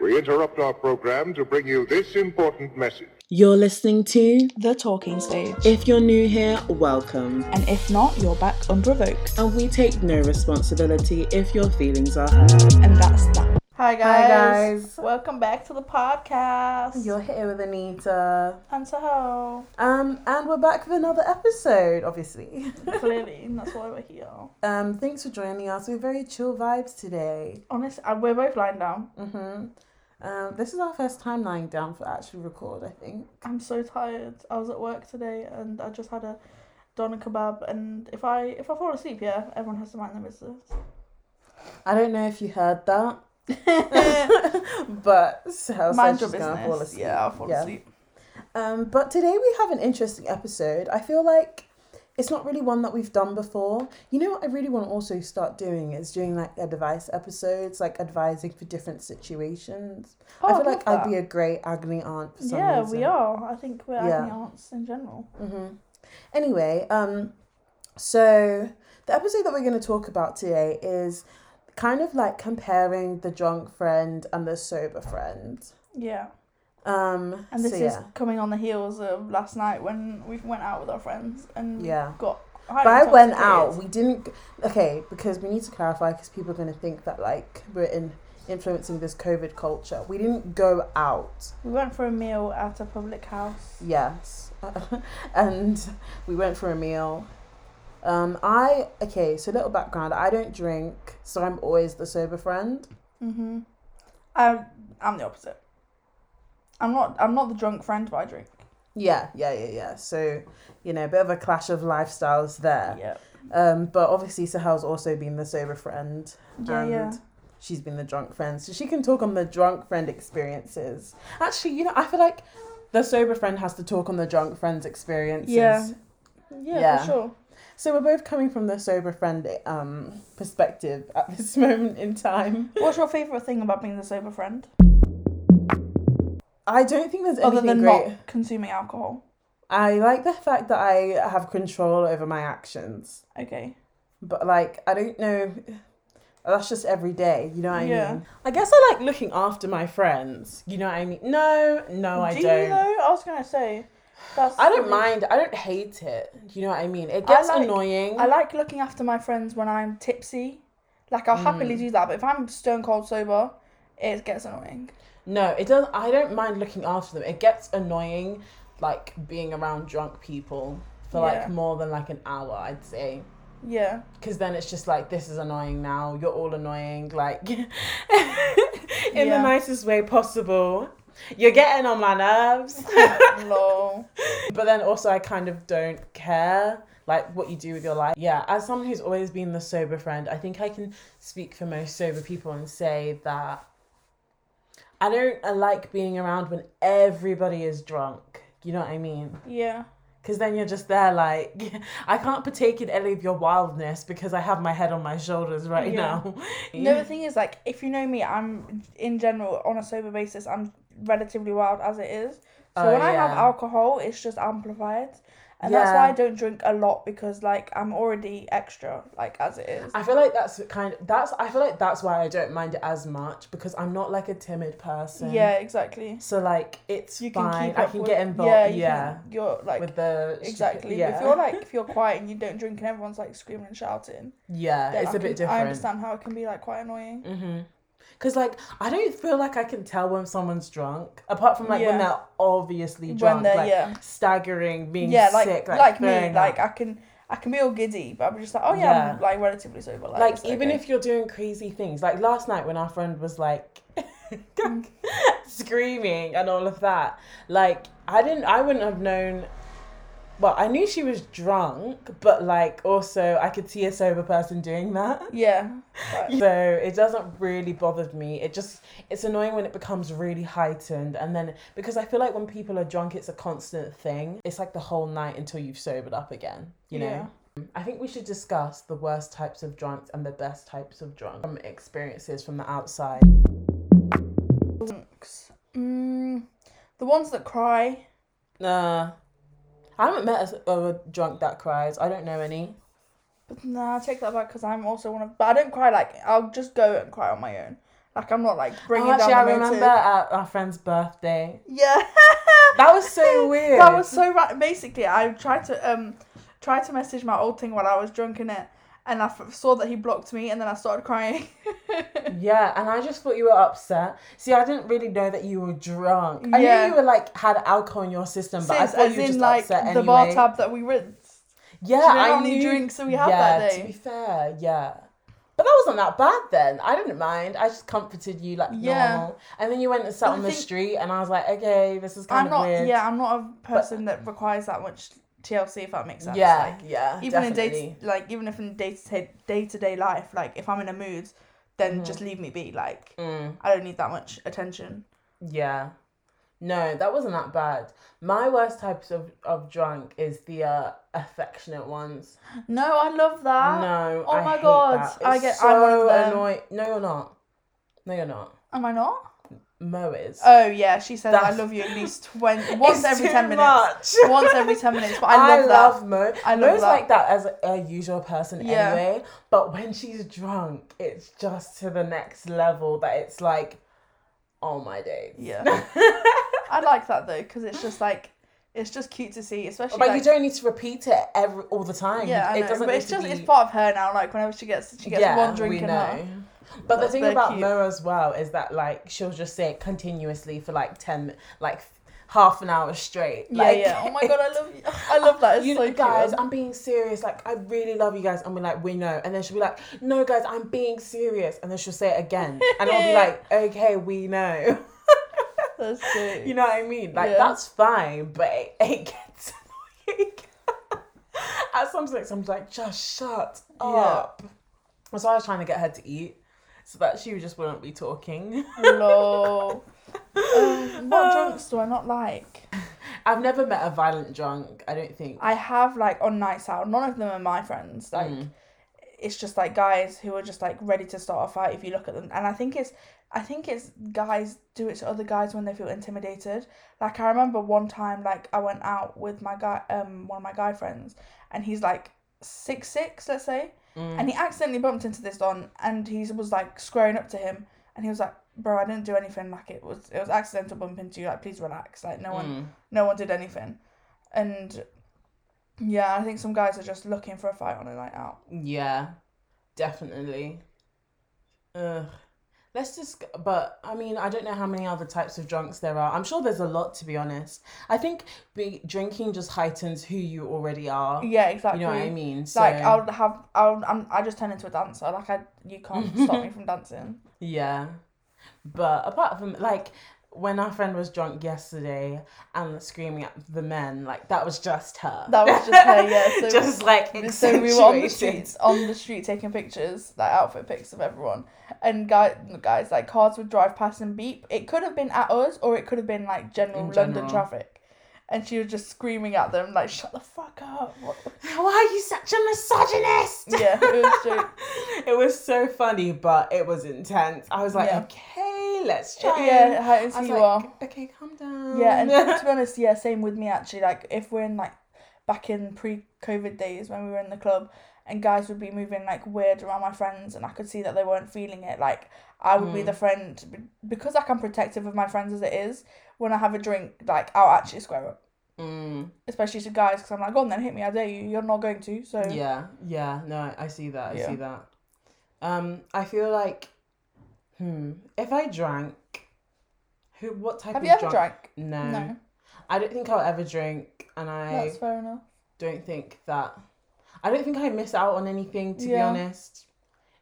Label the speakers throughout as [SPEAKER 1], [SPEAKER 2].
[SPEAKER 1] We interrupt our program to bring you this important message.
[SPEAKER 2] You're listening to
[SPEAKER 3] The Talking Stage.
[SPEAKER 2] If you're new here, welcome.
[SPEAKER 3] And if not, you're back unprovoked.
[SPEAKER 2] And we take no responsibility if your feelings are hurt.
[SPEAKER 3] And that's that.
[SPEAKER 4] Hi guys.
[SPEAKER 5] Hi, guys.
[SPEAKER 4] Welcome back to the podcast.
[SPEAKER 5] You're here with Anita.
[SPEAKER 4] And Sahel.
[SPEAKER 5] Um, and we're back with another episode, obviously.
[SPEAKER 4] Clearly, and that's why we're here.
[SPEAKER 5] Um, thanks for joining us. We're very chill vibes today.
[SPEAKER 4] Honestly, uh, we're both lying down.
[SPEAKER 5] Mm-hmm. Um, this is our first time lying down for actual record, I think.
[SPEAKER 4] I'm so tired. I was at work today and I just had a doner kebab. And if I if I fall asleep, yeah, everyone has to mind their business.
[SPEAKER 5] I don't know if you heard that, but Sahel
[SPEAKER 4] mind
[SPEAKER 5] said
[SPEAKER 4] your
[SPEAKER 5] she's gonna fall
[SPEAKER 4] business.
[SPEAKER 5] asleep.
[SPEAKER 4] Yeah, I'll fall asleep.
[SPEAKER 5] Um, but today we have an interesting episode. I feel like it's not really one that we've done before. You know what I really want to also start doing is doing like advice episodes, like advising for different situations.
[SPEAKER 4] Oh,
[SPEAKER 5] I feel
[SPEAKER 4] I'd
[SPEAKER 5] like
[SPEAKER 4] love
[SPEAKER 5] I'd be
[SPEAKER 4] that.
[SPEAKER 5] a great agony aunt for some
[SPEAKER 4] Yeah,
[SPEAKER 5] reason.
[SPEAKER 4] we are. I think we're
[SPEAKER 5] Yeah.
[SPEAKER 4] acne aunts in general.
[SPEAKER 5] Mm-hmm. Anyway, um, so the episode that we're going to talk about today is kind of like comparing the drunk friend and the sober friend.
[SPEAKER 4] Yeah.
[SPEAKER 5] Um,
[SPEAKER 4] And this
[SPEAKER 5] so,
[SPEAKER 4] is
[SPEAKER 5] yeah.
[SPEAKER 4] coming on the heels of last night when we went out with our friends and
[SPEAKER 5] Yeah.
[SPEAKER 4] got.
[SPEAKER 5] But I went out. We didn't. g- Okay, because we need to clarify because people are going to think that like we're in influencing this COVID culture. We didn't go out.
[SPEAKER 4] We went for a meal at a public house.
[SPEAKER 5] Yes, and we went for a meal. Um, I okay. So little background. I don't drink, so I'm always the sober friend.
[SPEAKER 4] Mm-hmm. I, I'm the opposite. I'm not. I'm not the drunk friend, but I drink.
[SPEAKER 5] Yeah, yeah, yeah, yeah. So you know, a bit of a clash of lifestyles there.
[SPEAKER 4] Yeah.
[SPEAKER 5] Um, but obviously Sahel's also been the sober friend.
[SPEAKER 4] Yeah.
[SPEAKER 5] and
[SPEAKER 4] yeah.
[SPEAKER 5] she's been the drunk friend. So she can talk on the drunk friend experiences. Actually, you know, I feel like the sober friend has to talk on the drunk friend's experiences.
[SPEAKER 4] Yeah. Yeah,
[SPEAKER 5] Yeah.
[SPEAKER 4] for sure.
[SPEAKER 5] So we're both coming from the sober friend um, perspective at this moment in time.
[SPEAKER 4] What's your favorite thing about being the sober friend,
[SPEAKER 5] I don't think there's
[SPEAKER 4] other
[SPEAKER 5] anything
[SPEAKER 4] than
[SPEAKER 5] great.
[SPEAKER 4] not consuming alcohol?
[SPEAKER 5] I like the fact that I have control over my actions.
[SPEAKER 4] Okay.
[SPEAKER 5] But like, I don't know. That's just every day, you know what I
[SPEAKER 4] Yeah.
[SPEAKER 5] mean? I guess I like looking after my friends, you know what I mean? No, no, I
[SPEAKER 4] Do you
[SPEAKER 5] not
[SPEAKER 4] though? I was gonna say. That's
[SPEAKER 5] I don't
[SPEAKER 4] the-
[SPEAKER 5] mind. I don't hate it. You know what I mean? It gets
[SPEAKER 4] Mm-hmm. like-
[SPEAKER 5] annoying.
[SPEAKER 4] I like looking after my friends when I'm tipsy. Like I'll
[SPEAKER 5] Mm.
[SPEAKER 4] happily do that, but if I'm stone cold sober, it gets annoying.
[SPEAKER 5] no, it doesn't. I don't mind looking after them. It gets annoying, like being around drunk people for
[SPEAKER 4] Yeah.
[SPEAKER 5] like more than like an hour. I'd say.
[SPEAKER 4] Yeah.
[SPEAKER 5] Because then it's just like this is annoying now. You're all annoying, like in
[SPEAKER 4] Yeah.
[SPEAKER 5] the nicest way possible. You're getting on my nerves.
[SPEAKER 4] Lol.
[SPEAKER 5] But then also, I kind of don't care like what you do with your life. Yeah, as someone who's always been the sober friend, I think I can speak for most sober people and say that I don't uh, like being around when everybody is drunk. You know what I mean?
[SPEAKER 4] Yeah.
[SPEAKER 5] Because then you're just there, like, I can't partake in any of your wildness because I have my head on my shoulders right
[SPEAKER 4] Yeah.
[SPEAKER 5] now.
[SPEAKER 4] No, the thing is, like, if you know me, I'm in general on a sober basis, I'm relatively wild as it is. So
[SPEAKER 5] Oh,
[SPEAKER 4] when I have
[SPEAKER 5] yeah.
[SPEAKER 4] alcohol, it's just amplified, and that's why
[SPEAKER 5] Yeah.
[SPEAKER 4] I don't drink a lot because like I'm already extra, like as it is.
[SPEAKER 5] I feel like that's kind of that's I feel like that's why I don't mind it as much because I'm not like a timid person.
[SPEAKER 4] yeah, exactly.
[SPEAKER 5] So like it's
[SPEAKER 4] You can
[SPEAKER 5] fine.
[SPEAKER 4] keep
[SPEAKER 5] I
[SPEAKER 4] up
[SPEAKER 5] can
[SPEAKER 4] with-
[SPEAKER 5] get involved.
[SPEAKER 4] you
[SPEAKER 5] Yeah,
[SPEAKER 4] can- you're like
[SPEAKER 5] with the stupid-
[SPEAKER 4] exactly.
[SPEAKER 5] Yeah,
[SPEAKER 4] If you're like if you're quiet and you don't drink and everyone's like screaming and shouting,
[SPEAKER 5] yeah,
[SPEAKER 4] then
[SPEAKER 5] it's
[SPEAKER 4] I
[SPEAKER 5] a bit
[SPEAKER 4] can- I
[SPEAKER 5] different.
[SPEAKER 4] understand how it can be like quite annoying.
[SPEAKER 5] Mm-hmm. Cause like I don't feel like I can tell when someone's drunk, apart from like
[SPEAKER 4] Yeah.
[SPEAKER 5] when they're obviously drunk,
[SPEAKER 4] when they're
[SPEAKER 5] like
[SPEAKER 4] yeah,
[SPEAKER 5] staggering, being
[SPEAKER 4] yeah, like
[SPEAKER 5] sick, like,
[SPEAKER 4] like, me,
[SPEAKER 5] throwing
[SPEAKER 4] like
[SPEAKER 5] up.
[SPEAKER 4] I can I can be all giddy, but I'm just like oh yeah,
[SPEAKER 5] Yeah.
[SPEAKER 4] I'm like relatively sober. Like,
[SPEAKER 5] like
[SPEAKER 4] it's
[SPEAKER 5] even
[SPEAKER 4] okay.
[SPEAKER 5] if you're doing crazy things, like last night when our friend was like screaming and all of that, like I didn't, I wouldn't have known. Well, I knew she was drunk, but like also I could see a sober person doing that.
[SPEAKER 4] yeah, but-
[SPEAKER 5] So it doesn't really bother me. It just it's annoying when it becomes really heightened and then because I feel like when people are drunk it's a constant thing. It's like the whole night until you've sobered up again, you know. I think we should discuss the worst types of drunks and the best types of drunk from experiences from the outside.
[SPEAKER 4] Drunks. Mm, the ones that cry.
[SPEAKER 5] Nah. I haven't met a, s- a drunk that cries. I don't know any.
[SPEAKER 4] But nah, I take that back because I'm also one of. But I don't cry like I'll just go and cry on my own. Like I'm not like bringing
[SPEAKER 5] Oh, actually,
[SPEAKER 4] down
[SPEAKER 5] I
[SPEAKER 4] the motive.
[SPEAKER 5] remember at our friend's birthday.
[SPEAKER 4] Yeah.
[SPEAKER 5] That was so weird.
[SPEAKER 4] That was so right. Basically, I tried to um try to message my old thing while I was drunk in it, and I f- saw that he blocked me, and then I started crying.
[SPEAKER 5] Yeah, and I just thought you were upset. See, I didn't really know that you were drunk. I
[SPEAKER 4] Yeah.
[SPEAKER 5] knew you were like had alcohol in your system, but
[SPEAKER 4] Since,
[SPEAKER 5] I thought
[SPEAKER 4] as
[SPEAKER 5] you were just
[SPEAKER 4] in like
[SPEAKER 5] upset anyway.
[SPEAKER 4] the bar tab that we rinsed.
[SPEAKER 5] yeah,
[SPEAKER 4] Do you know
[SPEAKER 5] I
[SPEAKER 4] how many
[SPEAKER 5] knew.
[SPEAKER 4] drinks that we had
[SPEAKER 5] yeah,
[SPEAKER 4] that
[SPEAKER 5] to be
[SPEAKER 4] day?
[SPEAKER 5] fair, yeah. But that wasn't that bad then. I didn't mind. I just comforted you like
[SPEAKER 4] Yeah.
[SPEAKER 5] normal. And then you went and sat
[SPEAKER 4] But I
[SPEAKER 5] on the
[SPEAKER 4] think-
[SPEAKER 5] street, and I was like, okay, this is kind
[SPEAKER 4] I'm
[SPEAKER 5] of
[SPEAKER 4] not.
[SPEAKER 5] weird.
[SPEAKER 4] Yeah, I'm not a person that requires that much TLC. If that makes sense.
[SPEAKER 5] yeah,
[SPEAKER 4] Like,
[SPEAKER 5] yeah.
[SPEAKER 4] even
[SPEAKER 5] definitely.
[SPEAKER 4] in day like even if in day to day to day life, like if I'm in a mood, then just leave me be. Like
[SPEAKER 5] Mm-hmm. Mm,
[SPEAKER 4] I don't need that much attention.
[SPEAKER 5] yeah. No, that wasn't that bad. My worst types of, of drunk is the uh, affectionate ones.
[SPEAKER 4] No, I love that.
[SPEAKER 5] No.
[SPEAKER 4] Oh
[SPEAKER 5] I
[SPEAKER 4] my
[SPEAKER 5] hate
[SPEAKER 4] God,
[SPEAKER 5] that.
[SPEAKER 4] I
[SPEAKER 5] It's
[SPEAKER 4] get-
[SPEAKER 5] so
[SPEAKER 4] I'm one of them.
[SPEAKER 5] annoying. No, you're not. No, you're not.
[SPEAKER 4] Am I not?
[SPEAKER 5] Mo is.
[SPEAKER 4] Oh yeah, she says I
[SPEAKER 5] That's-
[SPEAKER 4] love you at least twenty once
[SPEAKER 5] It's
[SPEAKER 4] every
[SPEAKER 5] too
[SPEAKER 4] ten minutes.
[SPEAKER 5] much.
[SPEAKER 4] Once every ten minutes, but I love that.
[SPEAKER 5] Mo.
[SPEAKER 4] I love
[SPEAKER 5] Mo's
[SPEAKER 4] that.
[SPEAKER 5] like that as a usual person
[SPEAKER 4] Yeah.
[SPEAKER 5] anyway. But when she's drunk, it's just to the next level that it's like, oh my days.
[SPEAKER 4] Yeah.
[SPEAKER 5] but
[SPEAKER 4] I like that though because it's just like it's just cute to see, especially. like,
[SPEAKER 5] you don't need to repeat it every all the time.
[SPEAKER 4] Yeah, I
[SPEAKER 5] it
[SPEAKER 4] know,
[SPEAKER 5] doesn't.
[SPEAKER 4] but
[SPEAKER 5] need
[SPEAKER 4] it's
[SPEAKER 5] to
[SPEAKER 4] just
[SPEAKER 5] be-
[SPEAKER 4] it's part of her now. Like whenever she gets she gets one drink in her.
[SPEAKER 5] But the
[SPEAKER 4] That's
[SPEAKER 5] thing
[SPEAKER 4] very
[SPEAKER 5] about
[SPEAKER 4] cute.
[SPEAKER 5] Mo as well is that like she'll just say it continuously for like ten, like half an hour straight.
[SPEAKER 4] Yeah,
[SPEAKER 5] Like,
[SPEAKER 4] yeah. Oh my god, I love you. I love that. It's
[SPEAKER 5] you
[SPEAKER 4] so cute.
[SPEAKER 5] guys, I'm being serious. Like, I really love you guys. And we're like, we know. And then she'll be like, no, guys, I'm being serious. And then she'll say it again. And I'll be like, okay, we know.
[SPEAKER 4] That's cute.
[SPEAKER 5] you know what I mean? Like,
[SPEAKER 4] Yeah.
[SPEAKER 5] that's fine, but it, it gets annoying. At some stage, I'm like, just shut
[SPEAKER 4] Yeah.
[SPEAKER 5] up. And So I was trying to get her to eat so that she just wouldn't be talking.
[SPEAKER 4] Lol. Um, what
[SPEAKER 5] Uh.
[SPEAKER 4] drinks do I not like?
[SPEAKER 5] I've never met a violent drunk, I don't think.
[SPEAKER 4] I have like on nights out. None of them are my friends. Like
[SPEAKER 5] Mm.
[SPEAKER 4] it's just like guys who are just like ready to start a fight if you look at them. And I think it's I think it's guys do it to other guys when they feel intimidated. Like I remember one time like I went out with my guy um one of my guy friends and he's like six six, let's say.
[SPEAKER 5] Mm.
[SPEAKER 4] And he accidentally bumped into this Don and he was like squaring up to him and he was like, Bro, I didn't do anything, like it was it was accidental bump into you, like please relax. Like no one
[SPEAKER 5] Mm.
[SPEAKER 4] no one did anything. And yeah, I think some guys are just looking for a fight on a night out.
[SPEAKER 5] Yeah, definitely. Ugh. Let's just, but I mean, I don't know how many other types of drunks there are. I'm sure there's a lot, to be honest. I think be, drinking just heightens who you already are.
[SPEAKER 4] Yeah, exactly.
[SPEAKER 5] You know what I mean? So,
[SPEAKER 4] Like I'll have I'll I'm, I just turn into a dancer. Like I you can't stop me from dancing.
[SPEAKER 5] yeah. But apart from, like, when our friend was drunk yesterday and screaming at the men, like, that was just her.
[SPEAKER 4] That was just her, yeah, so-
[SPEAKER 5] just like,
[SPEAKER 4] So we were on the
[SPEAKER 5] accentuated.
[SPEAKER 4] streets, on the street taking pictures, like outfit pics of everyone, and guy, guys like cars would drive past and beep. It could have been at us, or it could have been like general
[SPEAKER 5] In
[SPEAKER 4] London
[SPEAKER 5] general.
[SPEAKER 4] traffic, and she was just screaming at them like, "Shut the fuck up!" What-
[SPEAKER 5] Why are you such a misogynist?
[SPEAKER 4] Yeah, it was true.
[SPEAKER 5] it was so funny, but it was intense. I was like,
[SPEAKER 4] Yeah.
[SPEAKER 5] okay, let's try.
[SPEAKER 4] yeah, it hurts
[SPEAKER 5] I was
[SPEAKER 4] who you
[SPEAKER 5] like,
[SPEAKER 4] are.
[SPEAKER 5] okay, calm down.
[SPEAKER 4] Yeah, and to be honest, yeah, same with me actually. Like if we're in like back in pre-COVID days when we were in the club, and guys would be moving like weird around my friends, and I could see that they weren't feeling it. Like I would be
[SPEAKER 5] Mm.
[SPEAKER 4] the friend be- because like I'm protective of my friends as it is. When I have a drink, like I'll actually square up,
[SPEAKER 5] Mm,
[SPEAKER 4] especially to guys, because I'm like, go on then, hit me, I dare you. You're not going to, so
[SPEAKER 5] yeah, yeah. No, I- I see that. I
[SPEAKER 4] Yeah.
[SPEAKER 5] see that. Um, I feel like, hmm, if I drank, who? What type?
[SPEAKER 4] Have
[SPEAKER 5] of
[SPEAKER 4] you ever
[SPEAKER 5] drunk?
[SPEAKER 4] drank?
[SPEAKER 5] No,
[SPEAKER 4] No,
[SPEAKER 5] I don't think I'll ever drink, and I
[SPEAKER 4] that's fair enough.
[SPEAKER 5] don't think that. I don't think I miss out on anything. To be
[SPEAKER 4] Yeah.
[SPEAKER 5] honest,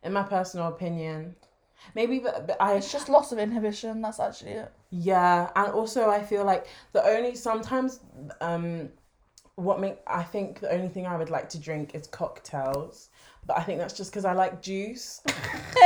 [SPEAKER 5] in my personal opinion, maybe, but, but I
[SPEAKER 4] It's just loss of inhibition. That's actually it.
[SPEAKER 5] Yeah, and also I feel like the only sometimes um what make I think the only thing I would like to drink is cocktails, but I think that's just because I like juice.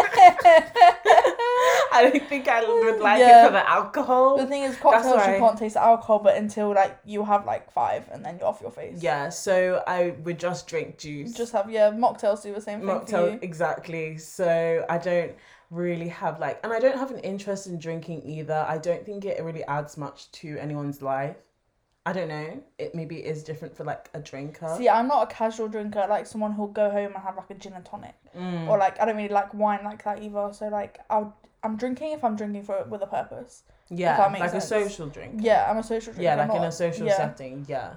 [SPEAKER 5] I don't think I would like it
[SPEAKER 4] Yeah.
[SPEAKER 5] for the alcohol.
[SPEAKER 4] The thing is, cocktails
[SPEAKER 5] why-
[SPEAKER 4] you can't taste alcohol, but until like you have like five, and then you're off your face.
[SPEAKER 5] yeah, so I would just drink
[SPEAKER 4] You
[SPEAKER 5] juice.
[SPEAKER 4] Just have yeah, mocktails do the same thing for
[SPEAKER 5] mocktail
[SPEAKER 4] you.
[SPEAKER 5] exactly. So I don't really have like, and I don't have an interest in drinking either. I don't think it really adds much to anyone's life. I don't know. It maybe is different for like a drinker.
[SPEAKER 4] See, I'm not a casual drinker, like someone
[SPEAKER 5] Mm.
[SPEAKER 4] who'll go home and have like a gin and tonic, or like I don't really like wine like that either. So like I'll I'm drinking if I'm drinking for with a purpose.
[SPEAKER 5] Yeah,
[SPEAKER 4] that makes
[SPEAKER 5] like
[SPEAKER 4] sense.
[SPEAKER 5] a social drink.
[SPEAKER 4] Yeah, I'm a social drinker.
[SPEAKER 5] Yeah,
[SPEAKER 4] I'm
[SPEAKER 5] like in
[SPEAKER 4] not-
[SPEAKER 5] a social
[SPEAKER 4] yeah.
[SPEAKER 5] setting. Yeah.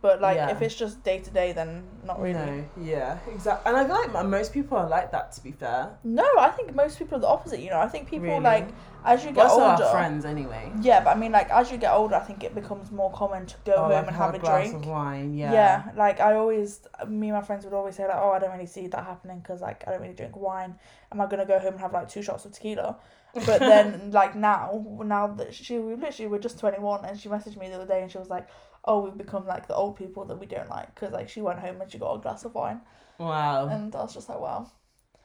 [SPEAKER 4] But like,
[SPEAKER 5] Yeah.
[SPEAKER 4] if it's just day to day, then not really.
[SPEAKER 5] No, yeah, exactly. And I feel like m- most people are like that. To be fair,
[SPEAKER 4] No, I think most people are the opposite. You know, I think people
[SPEAKER 5] Really?
[SPEAKER 4] like as you get
[SPEAKER 5] that's
[SPEAKER 4] older.
[SPEAKER 5] our friends anyway.
[SPEAKER 4] Yeah, but I mean, like as you get older, I think it becomes more common to go
[SPEAKER 5] Or,
[SPEAKER 4] home
[SPEAKER 5] Oh, like,
[SPEAKER 4] and have a
[SPEAKER 5] glass
[SPEAKER 4] drink.
[SPEAKER 5] of wine. Yeah.
[SPEAKER 4] Yeah, like I always, me and my friends would always say like, oh, I don't really see that happening because like I don't really drink wine. Am I gonna go home and have like two shots of tequila? But then like now, now that she we literally we're just twenty one, and she messaged me the other day and she was like, oh, we've become like the old people that we don't like because like she went home and she got a glass of wine,
[SPEAKER 5] Wow.
[SPEAKER 4] and I was just like, wow.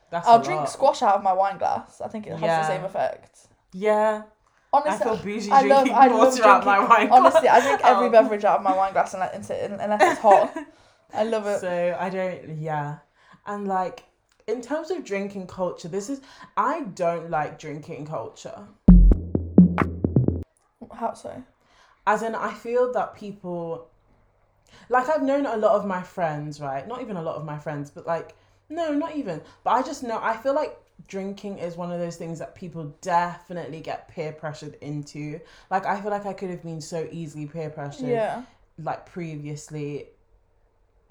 [SPEAKER 5] that's
[SPEAKER 4] I'll
[SPEAKER 5] a
[SPEAKER 4] drink
[SPEAKER 5] lot.
[SPEAKER 4] squash out of my wine glass. I think it has
[SPEAKER 5] Yeah.
[SPEAKER 4] the same effect.
[SPEAKER 5] Yeah. I
[SPEAKER 4] Honestly,
[SPEAKER 5] feel bougie
[SPEAKER 4] I love-
[SPEAKER 5] drinking
[SPEAKER 4] I love
[SPEAKER 5] water out my wine.
[SPEAKER 4] honestly, I
[SPEAKER 5] glass.
[SPEAKER 4] drink every
[SPEAKER 5] Um,
[SPEAKER 4] beverage out of my wine glass unless, unless it's hot. I love it.
[SPEAKER 5] So I don't, yeah. And like, in terms of drinking culture, this is, I don't like drinking culture.
[SPEAKER 4] How so?
[SPEAKER 5] As in, I feel that people, like, I've known a lot of my friends, right? Not even a lot of my friends, but like, no, not even. But I just know, I feel like drinking is one of those things that people definitely get peer pressured into. Like, I feel like I could have been so easily peer pressured.
[SPEAKER 4] Yeah,
[SPEAKER 5] like previously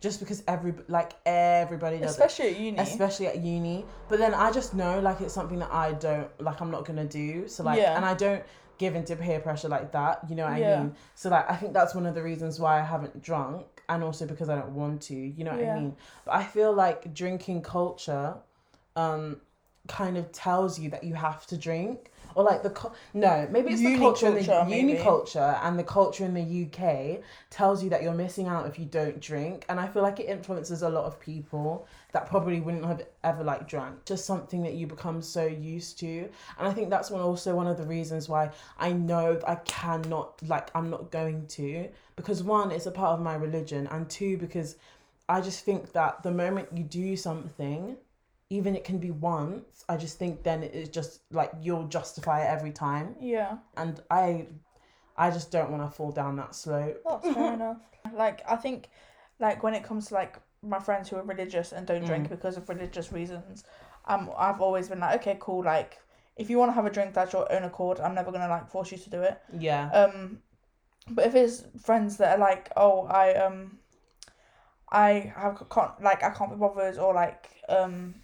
[SPEAKER 5] just because every like everybody does it
[SPEAKER 4] especially at uni.
[SPEAKER 5] especially at uni but then i just know like it's something that i don't like i'm not gonna do so like
[SPEAKER 4] Yeah.
[SPEAKER 5] and i don't give into peer pressure like that you know what
[SPEAKER 4] Yeah.
[SPEAKER 5] i mean so like i think that's one of the reasons why i haven't drunk and also because i don't want to you know what
[SPEAKER 4] Yeah.
[SPEAKER 5] i mean but i feel like drinking culture um kind of tells you that you have to drink or like the cul- no maybe it's
[SPEAKER 4] Uni
[SPEAKER 5] the culture, in the
[SPEAKER 4] culture,
[SPEAKER 5] uni
[SPEAKER 4] maybe.
[SPEAKER 5] culture and the culture in the UK tells you that you're missing out if you don't drink and I feel like it influences a lot of people that probably wouldn't have ever like drank just something that you become so used to and I think that's one also one of the reasons why I know that I cannot like I'm not going to because one it's a part of my religion and two because I just think that the moment you do something even it can be once i just think then it's just like you'll justify it every time
[SPEAKER 4] Yeah,
[SPEAKER 5] and i i just don't want to fall down that slope
[SPEAKER 4] that's fair enough. Like I think, like when it comes to like my friends who are religious and don't drink because of religious reasons, um, I've always been like, okay, cool. Like if you want to have a drink, that's your own accord. I'm never gonna like force you to do it.
[SPEAKER 5] yeah
[SPEAKER 4] Um, but if it's friends that are like, oh, I um, I have can't like I can't be bothered or like um,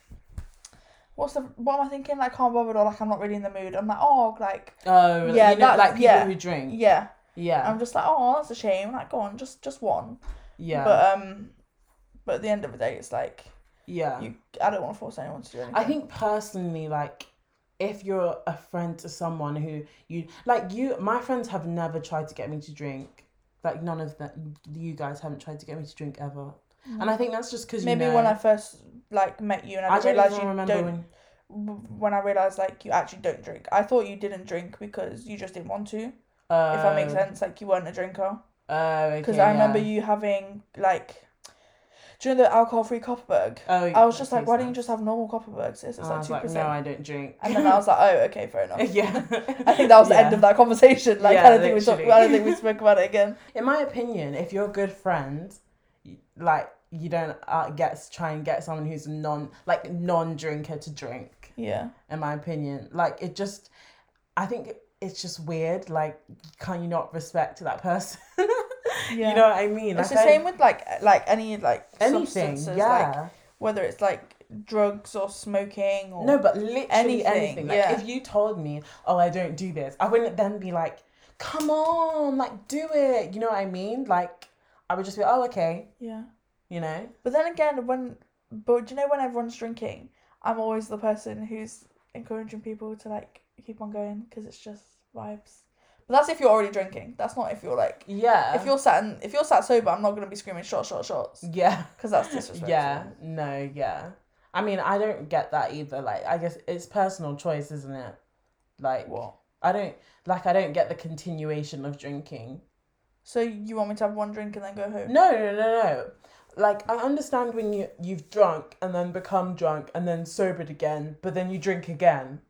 [SPEAKER 4] what's the what am I thinking? Like can't be bothered or like I'm not really in the mood. I'm like oh like
[SPEAKER 5] oh
[SPEAKER 4] yeah,
[SPEAKER 5] yeah you know,
[SPEAKER 4] that's-
[SPEAKER 5] like people
[SPEAKER 4] yeah.
[SPEAKER 5] who drink
[SPEAKER 4] yeah.
[SPEAKER 5] yeah
[SPEAKER 4] I'm just like oh that's a shame. Like go on just just one.
[SPEAKER 5] yeah
[SPEAKER 4] But um, but at the end of the day, it's like
[SPEAKER 5] yeah
[SPEAKER 4] you. I don't want to force anyone to do anything.
[SPEAKER 5] I think personally, like, if you're a friend to someone who you like, you my friends have never tried to get me to drink. Like none of that, you guys haven't tried to get me to drink ever. And I think that's just because
[SPEAKER 4] maybe
[SPEAKER 5] you know,
[SPEAKER 4] when I first like met you and I,
[SPEAKER 5] I
[SPEAKER 4] didn't
[SPEAKER 5] don't
[SPEAKER 4] realize
[SPEAKER 5] even
[SPEAKER 4] you
[SPEAKER 5] remember
[SPEAKER 4] don't
[SPEAKER 5] when.
[SPEAKER 4] when I realized like you actually don't drink. I thought you didn't drink because you just didn't want to.
[SPEAKER 5] Uh,
[SPEAKER 4] if that makes sense. Like you weren't a drinker
[SPEAKER 5] Oh,
[SPEAKER 4] because
[SPEAKER 5] okay,
[SPEAKER 4] I remember
[SPEAKER 5] yeah.
[SPEAKER 4] you having like, do you know the alcohol-free Copperberg?
[SPEAKER 5] Oh,
[SPEAKER 4] I was
[SPEAKER 5] that
[SPEAKER 4] just like,
[SPEAKER 5] makes
[SPEAKER 4] why don't you
[SPEAKER 5] sense.
[SPEAKER 4] just have normal Copperbergs? It's, it's
[SPEAKER 5] And I
[SPEAKER 4] like
[SPEAKER 5] was
[SPEAKER 4] two
[SPEAKER 5] like, Oh, no,
[SPEAKER 4] percent.
[SPEAKER 5] I don't drink.
[SPEAKER 4] And then I was like, oh, okay, fair enough.
[SPEAKER 5] yeah.
[SPEAKER 4] I think that was the end of that conversation. Like,
[SPEAKER 5] Yeah,
[SPEAKER 4] I don't think we talked.
[SPEAKER 5] literally.
[SPEAKER 4] I don't think we spoke about it again.
[SPEAKER 5] In my opinion, if you're a good friend, you- like you don't uh, get try and get someone who's non like non drinker to drink.
[SPEAKER 4] Yeah,
[SPEAKER 5] In my opinion, like it just, I think it's just weird. Like, can you not respect that person?
[SPEAKER 4] Yeah.
[SPEAKER 5] You know what I mean?
[SPEAKER 4] it's
[SPEAKER 5] Like,
[SPEAKER 4] the
[SPEAKER 5] I-
[SPEAKER 4] same with like like any like
[SPEAKER 5] Anything,
[SPEAKER 4] substances, like
[SPEAKER 5] yeah.
[SPEAKER 4] whether it's like drugs or smoking or
[SPEAKER 5] no, but literally anything.
[SPEAKER 4] anything,
[SPEAKER 5] Like,
[SPEAKER 4] yeah.
[SPEAKER 5] if you told me, oh, I don't do this, I wouldn't then be like, come on, like do it. You know what I mean? Like, I would just be, oh, okay.
[SPEAKER 4] yeah.
[SPEAKER 5] You know?
[SPEAKER 4] But then again, when but do you know when everyone's drinking, I'm always the person who's encouraging people to like keep on going because it's just vibes. But that's if you're already drinking. That's not if you're like
[SPEAKER 5] Yeah.
[SPEAKER 4] if you're sat in, if you're sat sober. I'm not gonna be screaming shots, shots, shots
[SPEAKER 5] yeah.
[SPEAKER 4] because that's disrespectful.
[SPEAKER 5] Yeah. No. Yeah. I mean, I don't get that either. Like, I guess it's personal choice, isn't it? Like,
[SPEAKER 4] What?
[SPEAKER 5] I don't like. I don't get the continuation of drinking.
[SPEAKER 4] So you want me to have one drink and then go home?
[SPEAKER 5] No, no, no, no. Like I understand when you you've drunk and then become drunk and then sobered again, but then you drink again.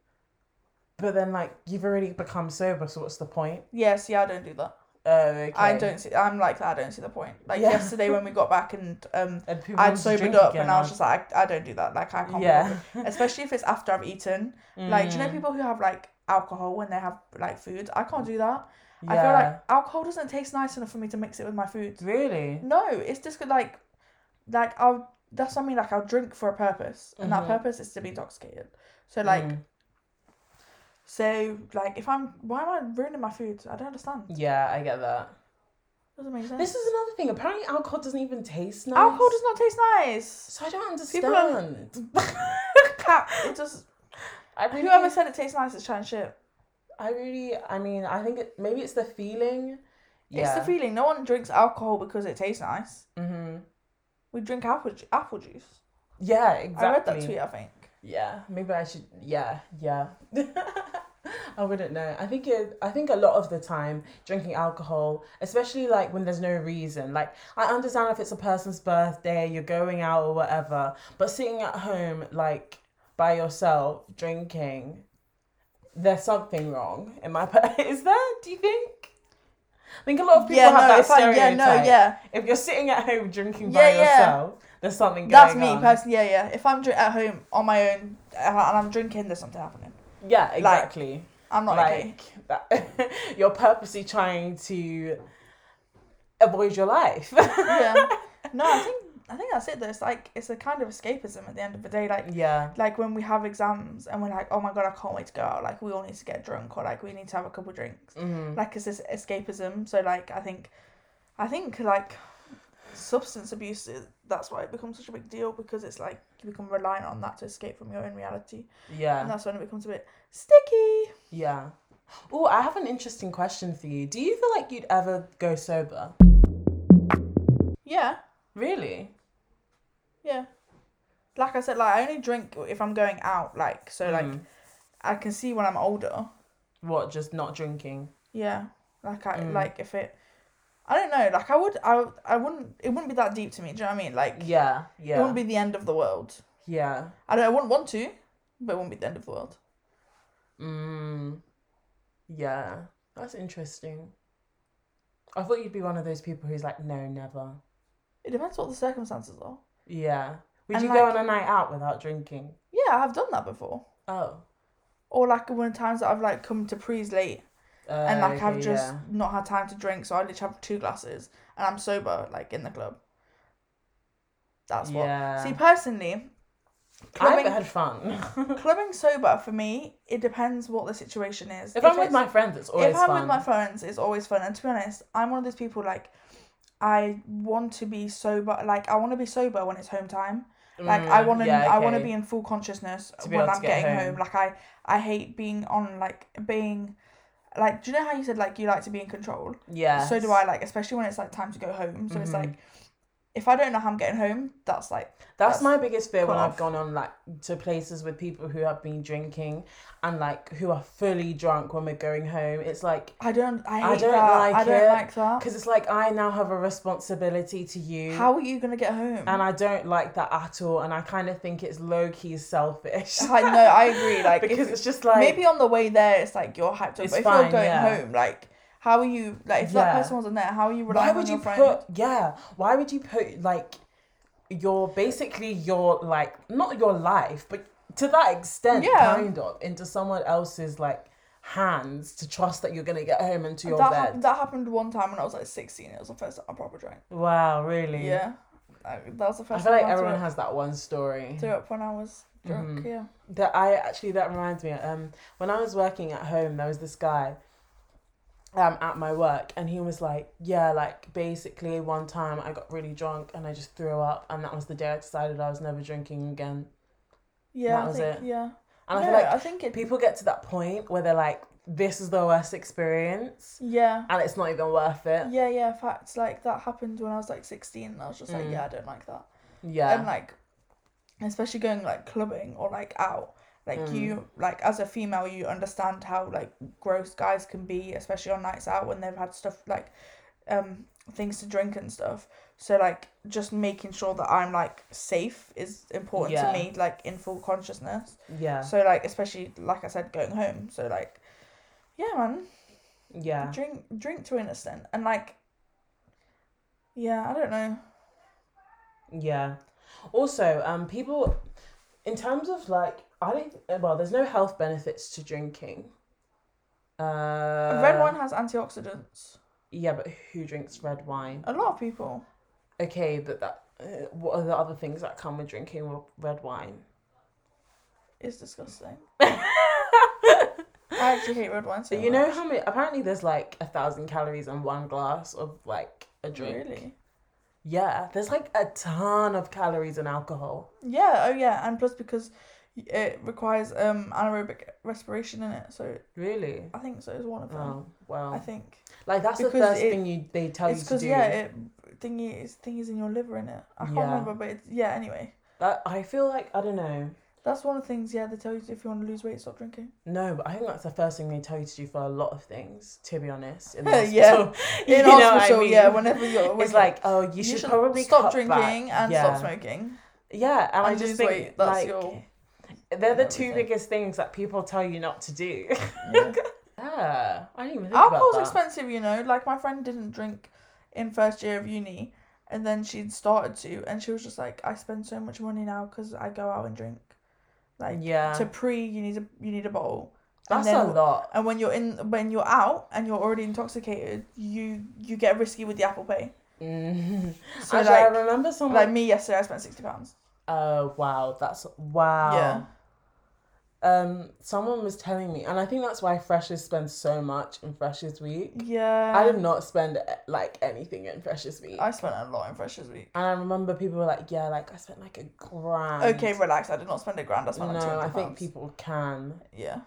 [SPEAKER 5] But then like you've already become sober, so what's the point?
[SPEAKER 4] Yes, yeah, I don't do that.
[SPEAKER 5] Oh, okay.
[SPEAKER 4] I don't see. I'm like that. I don't see the point. Like
[SPEAKER 5] Yeah.
[SPEAKER 4] yesterday when we got back and um,
[SPEAKER 5] And people
[SPEAKER 4] I'd
[SPEAKER 5] wanted to
[SPEAKER 4] sobered
[SPEAKER 5] drink
[SPEAKER 4] up
[SPEAKER 5] again,
[SPEAKER 4] and I was
[SPEAKER 5] huh?
[SPEAKER 4] just like, I, I don't do that. Like I can't. be
[SPEAKER 5] Yeah. Mm,
[SPEAKER 4] bothered. Especially if it's after I've eaten. Like do you know people who have like alcohol when they have like food? I can't do that. I feel like alcohol doesn't taste nice enough for me to mix it with my food.
[SPEAKER 5] really.
[SPEAKER 4] No, it's just good, like, like I'll. That's what I mean. Like I'll drink for a purpose, and
[SPEAKER 5] Mm-hmm.
[SPEAKER 4] that purpose is to be intoxicated. So
[SPEAKER 5] Mm.
[SPEAKER 4] like, so like, if I'm, why am I ruining my food? I don't understand.
[SPEAKER 5] Yeah, I get that.
[SPEAKER 4] Doesn't make sense.
[SPEAKER 5] This is another thing. Apparently, alcohol doesn't even taste nice.
[SPEAKER 4] Alcohol does not taste nice.
[SPEAKER 5] So I don't
[SPEAKER 4] People are-
[SPEAKER 5] understand.
[SPEAKER 4] Cap. It just.
[SPEAKER 5] I really,
[SPEAKER 4] Whoever said it tastes nice is trying shit.
[SPEAKER 5] I really, I mean, I think it, maybe it's the feeling.
[SPEAKER 4] It's the feeling. No one drinks alcohol because it tastes nice.
[SPEAKER 5] Mm-hmm.
[SPEAKER 4] We drink apple ju- apple juice.
[SPEAKER 5] Yeah, exactly.
[SPEAKER 4] I read that tweet. I think.
[SPEAKER 5] Yeah, maybe I should. Yeah, yeah. I wouldn't know. I think it. I think a lot of the time drinking alcohol, especially like when there's no reason. Like I understand if it's a person's birthday, you're going out or whatever, but sitting at home like by yourself drinking, there's something wrong. In my per- is there? Do you think? I think a lot of people
[SPEAKER 4] Yeah,
[SPEAKER 5] have
[SPEAKER 4] no,
[SPEAKER 5] that
[SPEAKER 4] if I-
[SPEAKER 5] stereotype.
[SPEAKER 4] yeah, no, yeah.
[SPEAKER 5] If you're sitting at home drinking
[SPEAKER 4] Yeah,
[SPEAKER 5] by
[SPEAKER 4] yeah.
[SPEAKER 5] yourself, there's something going
[SPEAKER 4] That's me
[SPEAKER 5] on.
[SPEAKER 4] personally. Yeah, yeah. If I'm drink at home on my own and I- and I'm drinking, there's something happening.
[SPEAKER 5] Yeah, exactly.
[SPEAKER 4] I'm not okay.
[SPEAKER 5] like that you're purposely trying to avoid your life
[SPEAKER 4] yeah. No, I think I think that's it though. It's like it's a kind of escapism at the end of the day. Like
[SPEAKER 5] yeah
[SPEAKER 4] like when we have exams and we're like, oh my god, I can't wait to go out. Like we all need to get drunk or like we need to have a couple drinks.
[SPEAKER 5] Mm-hmm.
[SPEAKER 4] Like it's this escapism. So like I think, I think like substance abuse. Is, that's why it becomes such a big deal because it's like you become reliant on that to escape from your own reality, and
[SPEAKER 5] yeah
[SPEAKER 4] that's when it becomes a bit sticky.
[SPEAKER 5] yeah oh i have an interesting question for you do you feel like you'd ever go sober
[SPEAKER 4] Yeah.
[SPEAKER 5] really
[SPEAKER 4] Yeah. Like I said, like I only drink if I'm going out, like
[SPEAKER 5] Mm.
[SPEAKER 4] so like I can see when I'm older.
[SPEAKER 5] what just not drinking
[SPEAKER 4] Yeah. Like
[SPEAKER 5] Mm.
[SPEAKER 4] I like if it I don't know, like I would I would- I wouldn't it wouldn't be that deep to me, do you know what I mean? Like
[SPEAKER 5] yeah
[SPEAKER 4] it
[SPEAKER 5] yeah
[SPEAKER 4] wouldn't be the end of the world.
[SPEAKER 5] yeah
[SPEAKER 4] I don't I wouldn't want to, but it wouldn't be the end of the world.
[SPEAKER 5] mm. yeah that's interesting i thought you'd be one of those people who's like no never
[SPEAKER 4] It depends what the circumstances are.
[SPEAKER 5] yeah would
[SPEAKER 4] And
[SPEAKER 5] you go
[SPEAKER 4] like-
[SPEAKER 5] on a night out without drinking
[SPEAKER 4] Yeah, I've done that before.
[SPEAKER 5] oh
[SPEAKER 4] Or like when times that I've like come to pre's late and like I've
[SPEAKER 5] okay,
[SPEAKER 4] just
[SPEAKER 5] yeah.
[SPEAKER 4] not had time to drink, so I literally have two glasses and I'm sober, like in the club. That's what.
[SPEAKER 5] Yeah.
[SPEAKER 4] See, personally,
[SPEAKER 5] I've
[SPEAKER 4] clubbing,
[SPEAKER 5] had fun.
[SPEAKER 4] clubbing sober for me, it depends what the situation is.
[SPEAKER 5] if I'm with
[SPEAKER 4] it's-
[SPEAKER 5] my friends, it's always
[SPEAKER 4] if I'm
[SPEAKER 5] fun.
[SPEAKER 4] with my friends, it's always fun. And to be honest, I'm one of those people like I want to be sober. Like I want to be sober when it's home time. Like I
[SPEAKER 5] Mm,
[SPEAKER 4] want to,
[SPEAKER 5] yeah,
[SPEAKER 4] I want to
[SPEAKER 5] okay.
[SPEAKER 4] be in full consciousness
[SPEAKER 5] To be
[SPEAKER 4] when
[SPEAKER 5] able to
[SPEAKER 4] I'm
[SPEAKER 5] get
[SPEAKER 4] getting
[SPEAKER 5] home.
[SPEAKER 4] home. Like I, I hate being on like being, like do you know how you said like you like to be in control?
[SPEAKER 5] yeah.
[SPEAKER 4] So do I. Like especially when it's like time to go home. So it's
[SPEAKER 5] Mm-hmm.
[SPEAKER 4] like, if I don't know how I'm getting home, that's like
[SPEAKER 5] That's,
[SPEAKER 4] That's
[SPEAKER 5] my biggest fear when
[SPEAKER 4] put
[SPEAKER 5] I've
[SPEAKER 4] off.
[SPEAKER 5] gone on like to places with people who have been drinking and like who are fully drunk when we're going home. It's like
[SPEAKER 4] I don't. I hate
[SPEAKER 5] I don't
[SPEAKER 4] that.
[SPEAKER 5] like
[SPEAKER 4] I don't
[SPEAKER 5] it
[SPEAKER 4] like that.
[SPEAKER 5] because it's like I now have a responsibility to you.
[SPEAKER 4] How are you gonna get home?
[SPEAKER 5] and I don't like that at all, and I kind of think it's low key selfish.
[SPEAKER 4] I know. I agree. Like if-
[SPEAKER 5] because it's just like
[SPEAKER 4] maybe on the way there, it's like you're hyped up.
[SPEAKER 5] It's
[SPEAKER 4] But if
[SPEAKER 5] fine,
[SPEAKER 4] you're going
[SPEAKER 5] yeah.
[SPEAKER 4] home, like how are you? Like if
[SPEAKER 5] Yeah.
[SPEAKER 4] that person wasn't there, how are you
[SPEAKER 5] why
[SPEAKER 4] relying
[SPEAKER 5] would
[SPEAKER 4] on
[SPEAKER 5] you
[SPEAKER 4] your friend?
[SPEAKER 5] put yeah why would you put like your basically your like not your life but to that extent
[SPEAKER 4] Yeah.
[SPEAKER 5] kind of into someone else's like hands to trust that you're gonna get home and to your
[SPEAKER 4] that,
[SPEAKER 5] bed
[SPEAKER 4] hap- that happened one time when I was like 16. It was the first time I proper drank.
[SPEAKER 5] wow really
[SPEAKER 4] Yeah, Like, that was the
[SPEAKER 5] i
[SPEAKER 4] first.
[SPEAKER 5] feel
[SPEAKER 4] time
[SPEAKER 5] like
[SPEAKER 4] I threw
[SPEAKER 5] everyone
[SPEAKER 4] up-
[SPEAKER 5] has that one story
[SPEAKER 4] threw up when I was drunk. Yeah.
[SPEAKER 5] that I actually that reminds me. Um, when I was working at home, there was this guy. Um, at my work, and he was like, "Yeah, like basically one time I got really drunk and I just threw up, and that was the day I decided I was never drinking again."
[SPEAKER 4] Yeah,
[SPEAKER 5] That
[SPEAKER 4] I
[SPEAKER 5] was
[SPEAKER 4] think,
[SPEAKER 5] it.
[SPEAKER 4] yeah.
[SPEAKER 5] And I
[SPEAKER 4] no,
[SPEAKER 5] feel like
[SPEAKER 4] I think it.
[SPEAKER 5] people get to that point where they're like, "This is the worst experience,
[SPEAKER 4] yeah.
[SPEAKER 5] and it's not even worth it."
[SPEAKER 4] Yeah, yeah, facts. Like that happened when I was like sixteen and I was just
[SPEAKER 5] Mm.
[SPEAKER 4] like, Yeah, I don't like that.
[SPEAKER 5] Yeah,
[SPEAKER 4] And like especially going like clubbing or like out. Like
[SPEAKER 5] Mm.
[SPEAKER 4] you like as a female you understand how like gross guys can be, especially on nights out when they've had stuff like um things to drink and stuff. So like just making sure that I'm like safe is important
[SPEAKER 5] Yeah.
[SPEAKER 4] to me, like in full consciousness.
[SPEAKER 5] yeah,
[SPEAKER 4] So like especially like I said, going home. So like yeah man.
[SPEAKER 5] Yeah.
[SPEAKER 4] drink drink to innocent and like yeah i don't know
[SPEAKER 5] Yeah. Also, um, people, in terms of like, I don't. Well, there's no health benefits to drinking. Uh,
[SPEAKER 4] red wine has antioxidants
[SPEAKER 5] Yeah, but who drinks red wine?
[SPEAKER 4] a lot of people
[SPEAKER 5] Okay, but that. Uh, what are the other things that come with drinking w- red wine?
[SPEAKER 4] it's disgusting i actually hate red wine so
[SPEAKER 5] So you
[SPEAKER 4] much.
[SPEAKER 5] know how many? Apparently, there's like a thousand calories in one glass of like a drink.
[SPEAKER 4] really
[SPEAKER 5] Yeah, there's like a ton of calories in alcohol.
[SPEAKER 4] yeah oh yeah and plus because it requires um anaerobic respiration in it so
[SPEAKER 5] Really?
[SPEAKER 4] i think so is one of them
[SPEAKER 5] Oh
[SPEAKER 4] i
[SPEAKER 5] well,
[SPEAKER 4] think
[SPEAKER 5] like that's the
[SPEAKER 4] because
[SPEAKER 5] first
[SPEAKER 4] it-
[SPEAKER 5] thing you they tell
[SPEAKER 4] it's
[SPEAKER 5] you to
[SPEAKER 4] because
[SPEAKER 5] do.
[SPEAKER 4] yeah it thingy is thingy's in your liver in it i can't
[SPEAKER 5] Yeah.
[SPEAKER 4] remember but it's yeah anyway
[SPEAKER 5] That I feel like I don't know.
[SPEAKER 4] that's one of the things yeah they tell you if you want to lose weight stop drinking
[SPEAKER 5] No, but I think that's the first thing they tell you to do for a lot of things. To be honest, in the
[SPEAKER 4] Yeah.
[SPEAKER 5] hospital.
[SPEAKER 4] in
[SPEAKER 5] know what I
[SPEAKER 4] hospital
[SPEAKER 5] mean?
[SPEAKER 4] yeah whenever you're when
[SPEAKER 5] it's like oh, you,
[SPEAKER 4] you
[SPEAKER 5] should, probably
[SPEAKER 4] stop
[SPEAKER 5] cut
[SPEAKER 4] drinking
[SPEAKER 5] back.
[SPEAKER 4] and
[SPEAKER 5] yeah.
[SPEAKER 4] stop smoking
[SPEAKER 5] Yeah, and, I
[SPEAKER 4] and
[SPEAKER 5] just
[SPEAKER 4] lose
[SPEAKER 5] think
[SPEAKER 4] weight. That's
[SPEAKER 5] like
[SPEAKER 4] your-
[SPEAKER 5] they're the
[SPEAKER 4] and
[SPEAKER 5] two
[SPEAKER 4] everything.
[SPEAKER 5] biggest things that people tell you not to do.
[SPEAKER 4] Yeah.
[SPEAKER 5] yeah, I didn't even think about
[SPEAKER 4] alcohol's
[SPEAKER 5] that.
[SPEAKER 4] expensive you know like my friend didn't drink in first year of uni and then she'd started to and she was just like i spend so much money now because i go out and drink like
[SPEAKER 5] Yeah,
[SPEAKER 4] to pre you need a you need a bottle and
[SPEAKER 5] that's
[SPEAKER 4] then-
[SPEAKER 5] a lot.
[SPEAKER 4] and when you're in when you're out and you're already intoxicated you you get risky with the apple pay
[SPEAKER 5] Mm.
[SPEAKER 4] so
[SPEAKER 5] Actually,
[SPEAKER 4] like
[SPEAKER 5] I remember someone.
[SPEAKER 4] like me yesterday i spent 60 pounds
[SPEAKER 5] Oh wow, that's wow.
[SPEAKER 4] Yeah.
[SPEAKER 5] Um, someone was telling me, and I think that's why freshers spend so much in freshers week.
[SPEAKER 4] yeah
[SPEAKER 5] I did not spend eh, like anything in freshers week,
[SPEAKER 4] i spent a lot in freshers week
[SPEAKER 5] and I remember people were like, "Yeah, like I spent like a grand."
[SPEAKER 4] okay relax i did not spend a grand i spent like 200
[SPEAKER 5] no, I think
[SPEAKER 4] pounds.
[SPEAKER 5] people can
[SPEAKER 4] yeah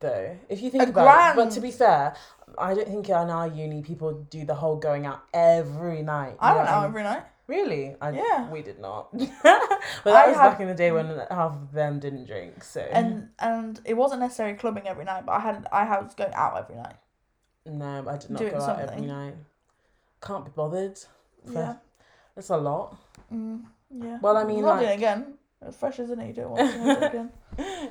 [SPEAKER 5] though. If you think
[SPEAKER 4] A
[SPEAKER 5] about it, but
[SPEAKER 4] grand.
[SPEAKER 5] to be fair, I don't think in our uni people do the whole going out every night. you
[SPEAKER 4] i
[SPEAKER 5] know
[SPEAKER 4] went
[SPEAKER 5] what
[SPEAKER 4] out
[SPEAKER 5] mean?
[SPEAKER 4] every night
[SPEAKER 5] Really? I,
[SPEAKER 4] Yeah.
[SPEAKER 5] We did not. but that was
[SPEAKER 4] had-
[SPEAKER 5] back in the day when half of them didn't drink. So
[SPEAKER 4] and and it wasn't necessarily clubbing every night, but I had I was going out every night.
[SPEAKER 5] no, I did not
[SPEAKER 4] doing
[SPEAKER 5] go out every
[SPEAKER 4] something.
[SPEAKER 5] night. Can't be bothered.
[SPEAKER 4] Yeah,
[SPEAKER 5] That's a lot.
[SPEAKER 4] mm, yeah.
[SPEAKER 5] Well, I mean,
[SPEAKER 4] not doing
[SPEAKER 5] like-
[SPEAKER 4] it again. It's fresh, isn't it? You do it once, you don't do it again.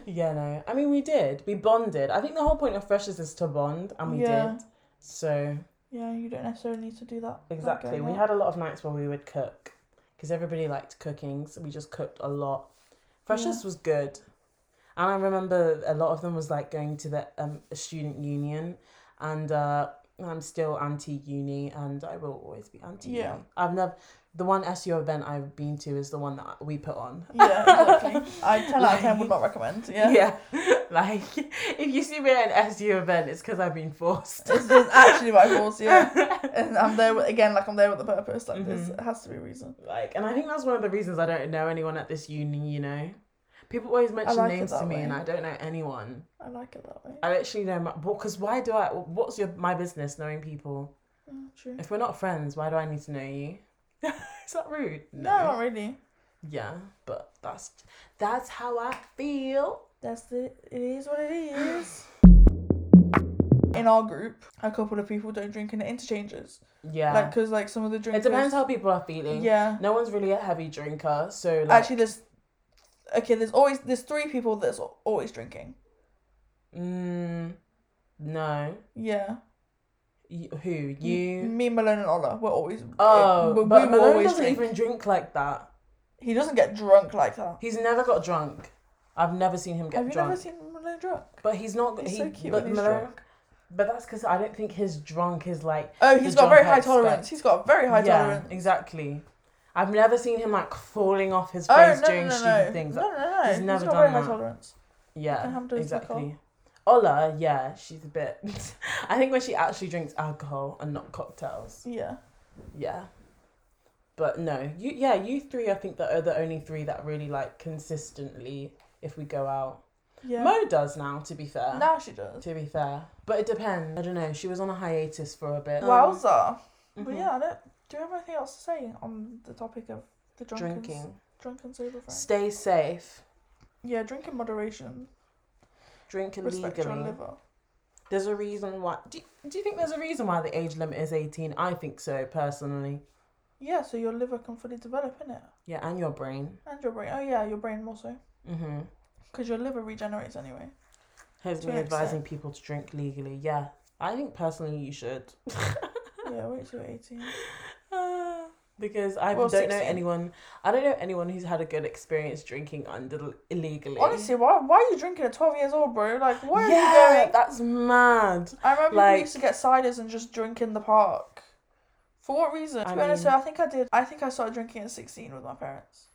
[SPEAKER 5] Yeah, no. I mean, we did. We bonded. I think the whole point of freshers is to bond, and we
[SPEAKER 4] Yeah.
[SPEAKER 5] did. So
[SPEAKER 4] Yeah, you don't necessarily need to do that. like,
[SPEAKER 5] exactly,
[SPEAKER 4] going
[SPEAKER 5] we
[SPEAKER 4] out.
[SPEAKER 5] had a lot of nights where we would cook because everybody liked cooking, so we just cooked a lot. Freshers was good, and I remember a lot of them was like going to the um, student union, and uh, I'm still anti-uni, and I will always be anti-uni.
[SPEAKER 4] Yeah.
[SPEAKER 5] I've never. The one SU event I've been to is the one that we put on.
[SPEAKER 4] Yeah, exactly. I ten out of ten would not recommend. Yeah.
[SPEAKER 5] Yeah. Like, if you see me at an SU event, it's because I've been forced.
[SPEAKER 4] This is actually my force, yeah. And I'm there with, again, like I'm there with a purpose. Like there's
[SPEAKER 5] Mhm.
[SPEAKER 4] it has to be a reason.
[SPEAKER 5] Like, and I think that's one of the reasons I don't know anyone at this uni, you know? People always mention
[SPEAKER 4] like it
[SPEAKER 5] names to
[SPEAKER 4] that
[SPEAKER 5] me,
[SPEAKER 4] way.
[SPEAKER 5] and I don't know anyone.
[SPEAKER 4] I like it that way.
[SPEAKER 5] I literally know my. Because why do I. What's your my business knowing people?
[SPEAKER 4] Mm, true.
[SPEAKER 5] If we're not friends, why do I need to know you? Is that rude?
[SPEAKER 4] No, not really.
[SPEAKER 5] Yeah, but that's that's how I feel.
[SPEAKER 4] That's the. It is what it is. In our group, a couple of people don't drink in the interchanges.
[SPEAKER 5] Yeah.
[SPEAKER 4] Like, cause like some of the
[SPEAKER 5] it
[SPEAKER 4] drinkers.
[SPEAKER 5] depends how people are feeling.
[SPEAKER 4] Yeah.
[SPEAKER 5] No one's really a heavy drinker, so like,
[SPEAKER 4] Actually, there's. Okay, there's always there's three people that's al- always drinking.
[SPEAKER 5] Mm, no.
[SPEAKER 4] Yeah.
[SPEAKER 5] Y- who? You?
[SPEAKER 4] Me, Malone, and Ola. We're always.
[SPEAKER 5] Oh,
[SPEAKER 4] Mm, we- we
[SPEAKER 5] but
[SPEAKER 4] will
[SPEAKER 5] Malone
[SPEAKER 4] always
[SPEAKER 5] doesn't
[SPEAKER 4] drink.
[SPEAKER 5] even drink like that.
[SPEAKER 4] He doesn't get drunk like that.
[SPEAKER 5] He's never got drunk. I've never seen him get
[SPEAKER 4] Have you
[SPEAKER 5] drunk.
[SPEAKER 4] never seen Malone drunk?
[SPEAKER 5] but he's not.
[SPEAKER 4] He's
[SPEAKER 5] he,
[SPEAKER 4] so cute
[SPEAKER 5] but
[SPEAKER 4] when he's
[SPEAKER 5] Malone-
[SPEAKER 4] drunk.
[SPEAKER 5] But that's because I don't think his drunk is like.
[SPEAKER 4] Oh,
[SPEAKER 5] the
[SPEAKER 4] he's got
[SPEAKER 5] drunk
[SPEAKER 4] very
[SPEAKER 5] I
[SPEAKER 4] high
[SPEAKER 5] expect.
[SPEAKER 4] tolerance. He's got a very high
[SPEAKER 5] yeah,
[SPEAKER 4] tolerance.
[SPEAKER 5] exactly. I've never seen him like falling off his
[SPEAKER 4] Oh
[SPEAKER 5] face
[SPEAKER 4] no,
[SPEAKER 5] doing
[SPEAKER 4] no, no,
[SPEAKER 5] stupid
[SPEAKER 4] no.
[SPEAKER 5] things.
[SPEAKER 4] No, no, no.
[SPEAKER 5] he's
[SPEAKER 4] He's,
[SPEAKER 5] never
[SPEAKER 4] got
[SPEAKER 5] done
[SPEAKER 4] very high
[SPEAKER 5] that.
[SPEAKER 4] tolerance. Can
[SPEAKER 5] Yeah,
[SPEAKER 4] have those
[SPEAKER 5] exactly. Ola, yeah, she's a bit. I think when she actually drinks alcohol and not cocktails.
[SPEAKER 4] Yeah.
[SPEAKER 5] Yeah. But no, you yeah, you three I think that are the only three that really like consistently if we go out.
[SPEAKER 4] Yeah.
[SPEAKER 5] Mo does now, to be fair.
[SPEAKER 4] now she does.
[SPEAKER 5] To be fair. But it depends. I don't know. She was on a hiatus for a bit.
[SPEAKER 4] Wowza. But
[SPEAKER 5] Mhm.
[SPEAKER 4] yeah, I don't. Do you have anything else to say on the topic of the drunken,
[SPEAKER 5] Drinking.
[SPEAKER 4] drunk and sober friend?
[SPEAKER 5] Stay safe.
[SPEAKER 4] Yeah, drink in moderation.
[SPEAKER 5] Drink
[SPEAKER 4] Respect your
[SPEAKER 5] illegally.
[SPEAKER 4] liver.
[SPEAKER 5] There's a reason why. Do, do you think there's a reason why the age limit is 18? I think so, personally.
[SPEAKER 4] Yeah, so your liver can fully develop in it,
[SPEAKER 5] Yeah, and your brain.
[SPEAKER 4] and your brain. Oh yeah, your brain more so,
[SPEAKER 5] Mm-hmm.
[SPEAKER 4] because your liver regenerates anyway.
[SPEAKER 5] Here's
[SPEAKER 4] To
[SPEAKER 5] me
[SPEAKER 4] an
[SPEAKER 5] advising
[SPEAKER 4] extent.
[SPEAKER 5] people to drink legally. Yeah, I think personally you should.
[SPEAKER 4] Yeah, wait till you're 18.
[SPEAKER 5] Ah, because I
[SPEAKER 4] Well,
[SPEAKER 5] don't
[SPEAKER 4] 16.
[SPEAKER 5] know anyone. I don't know anyone who's had a good experience drinking under illegally.
[SPEAKER 4] Honestly, why, why are you drinking at 12 years old, bro? Like, where are you
[SPEAKER 5] yeah,
[SPEAKER 4] going?
[SPEAKER 5] that's mad.
[SPEAKER 4] I remember
[SPEAKER 5] Like-
[SPEAKER 4] we used to get ciders and just drink in the park. For what reason?
[SPEAKER 5] I
[SPEAKER 4] to be honest,
[SPEAKER 5] mean-
[SPEAKER 4] I think I did. I think I started drinking at 16 with my parents.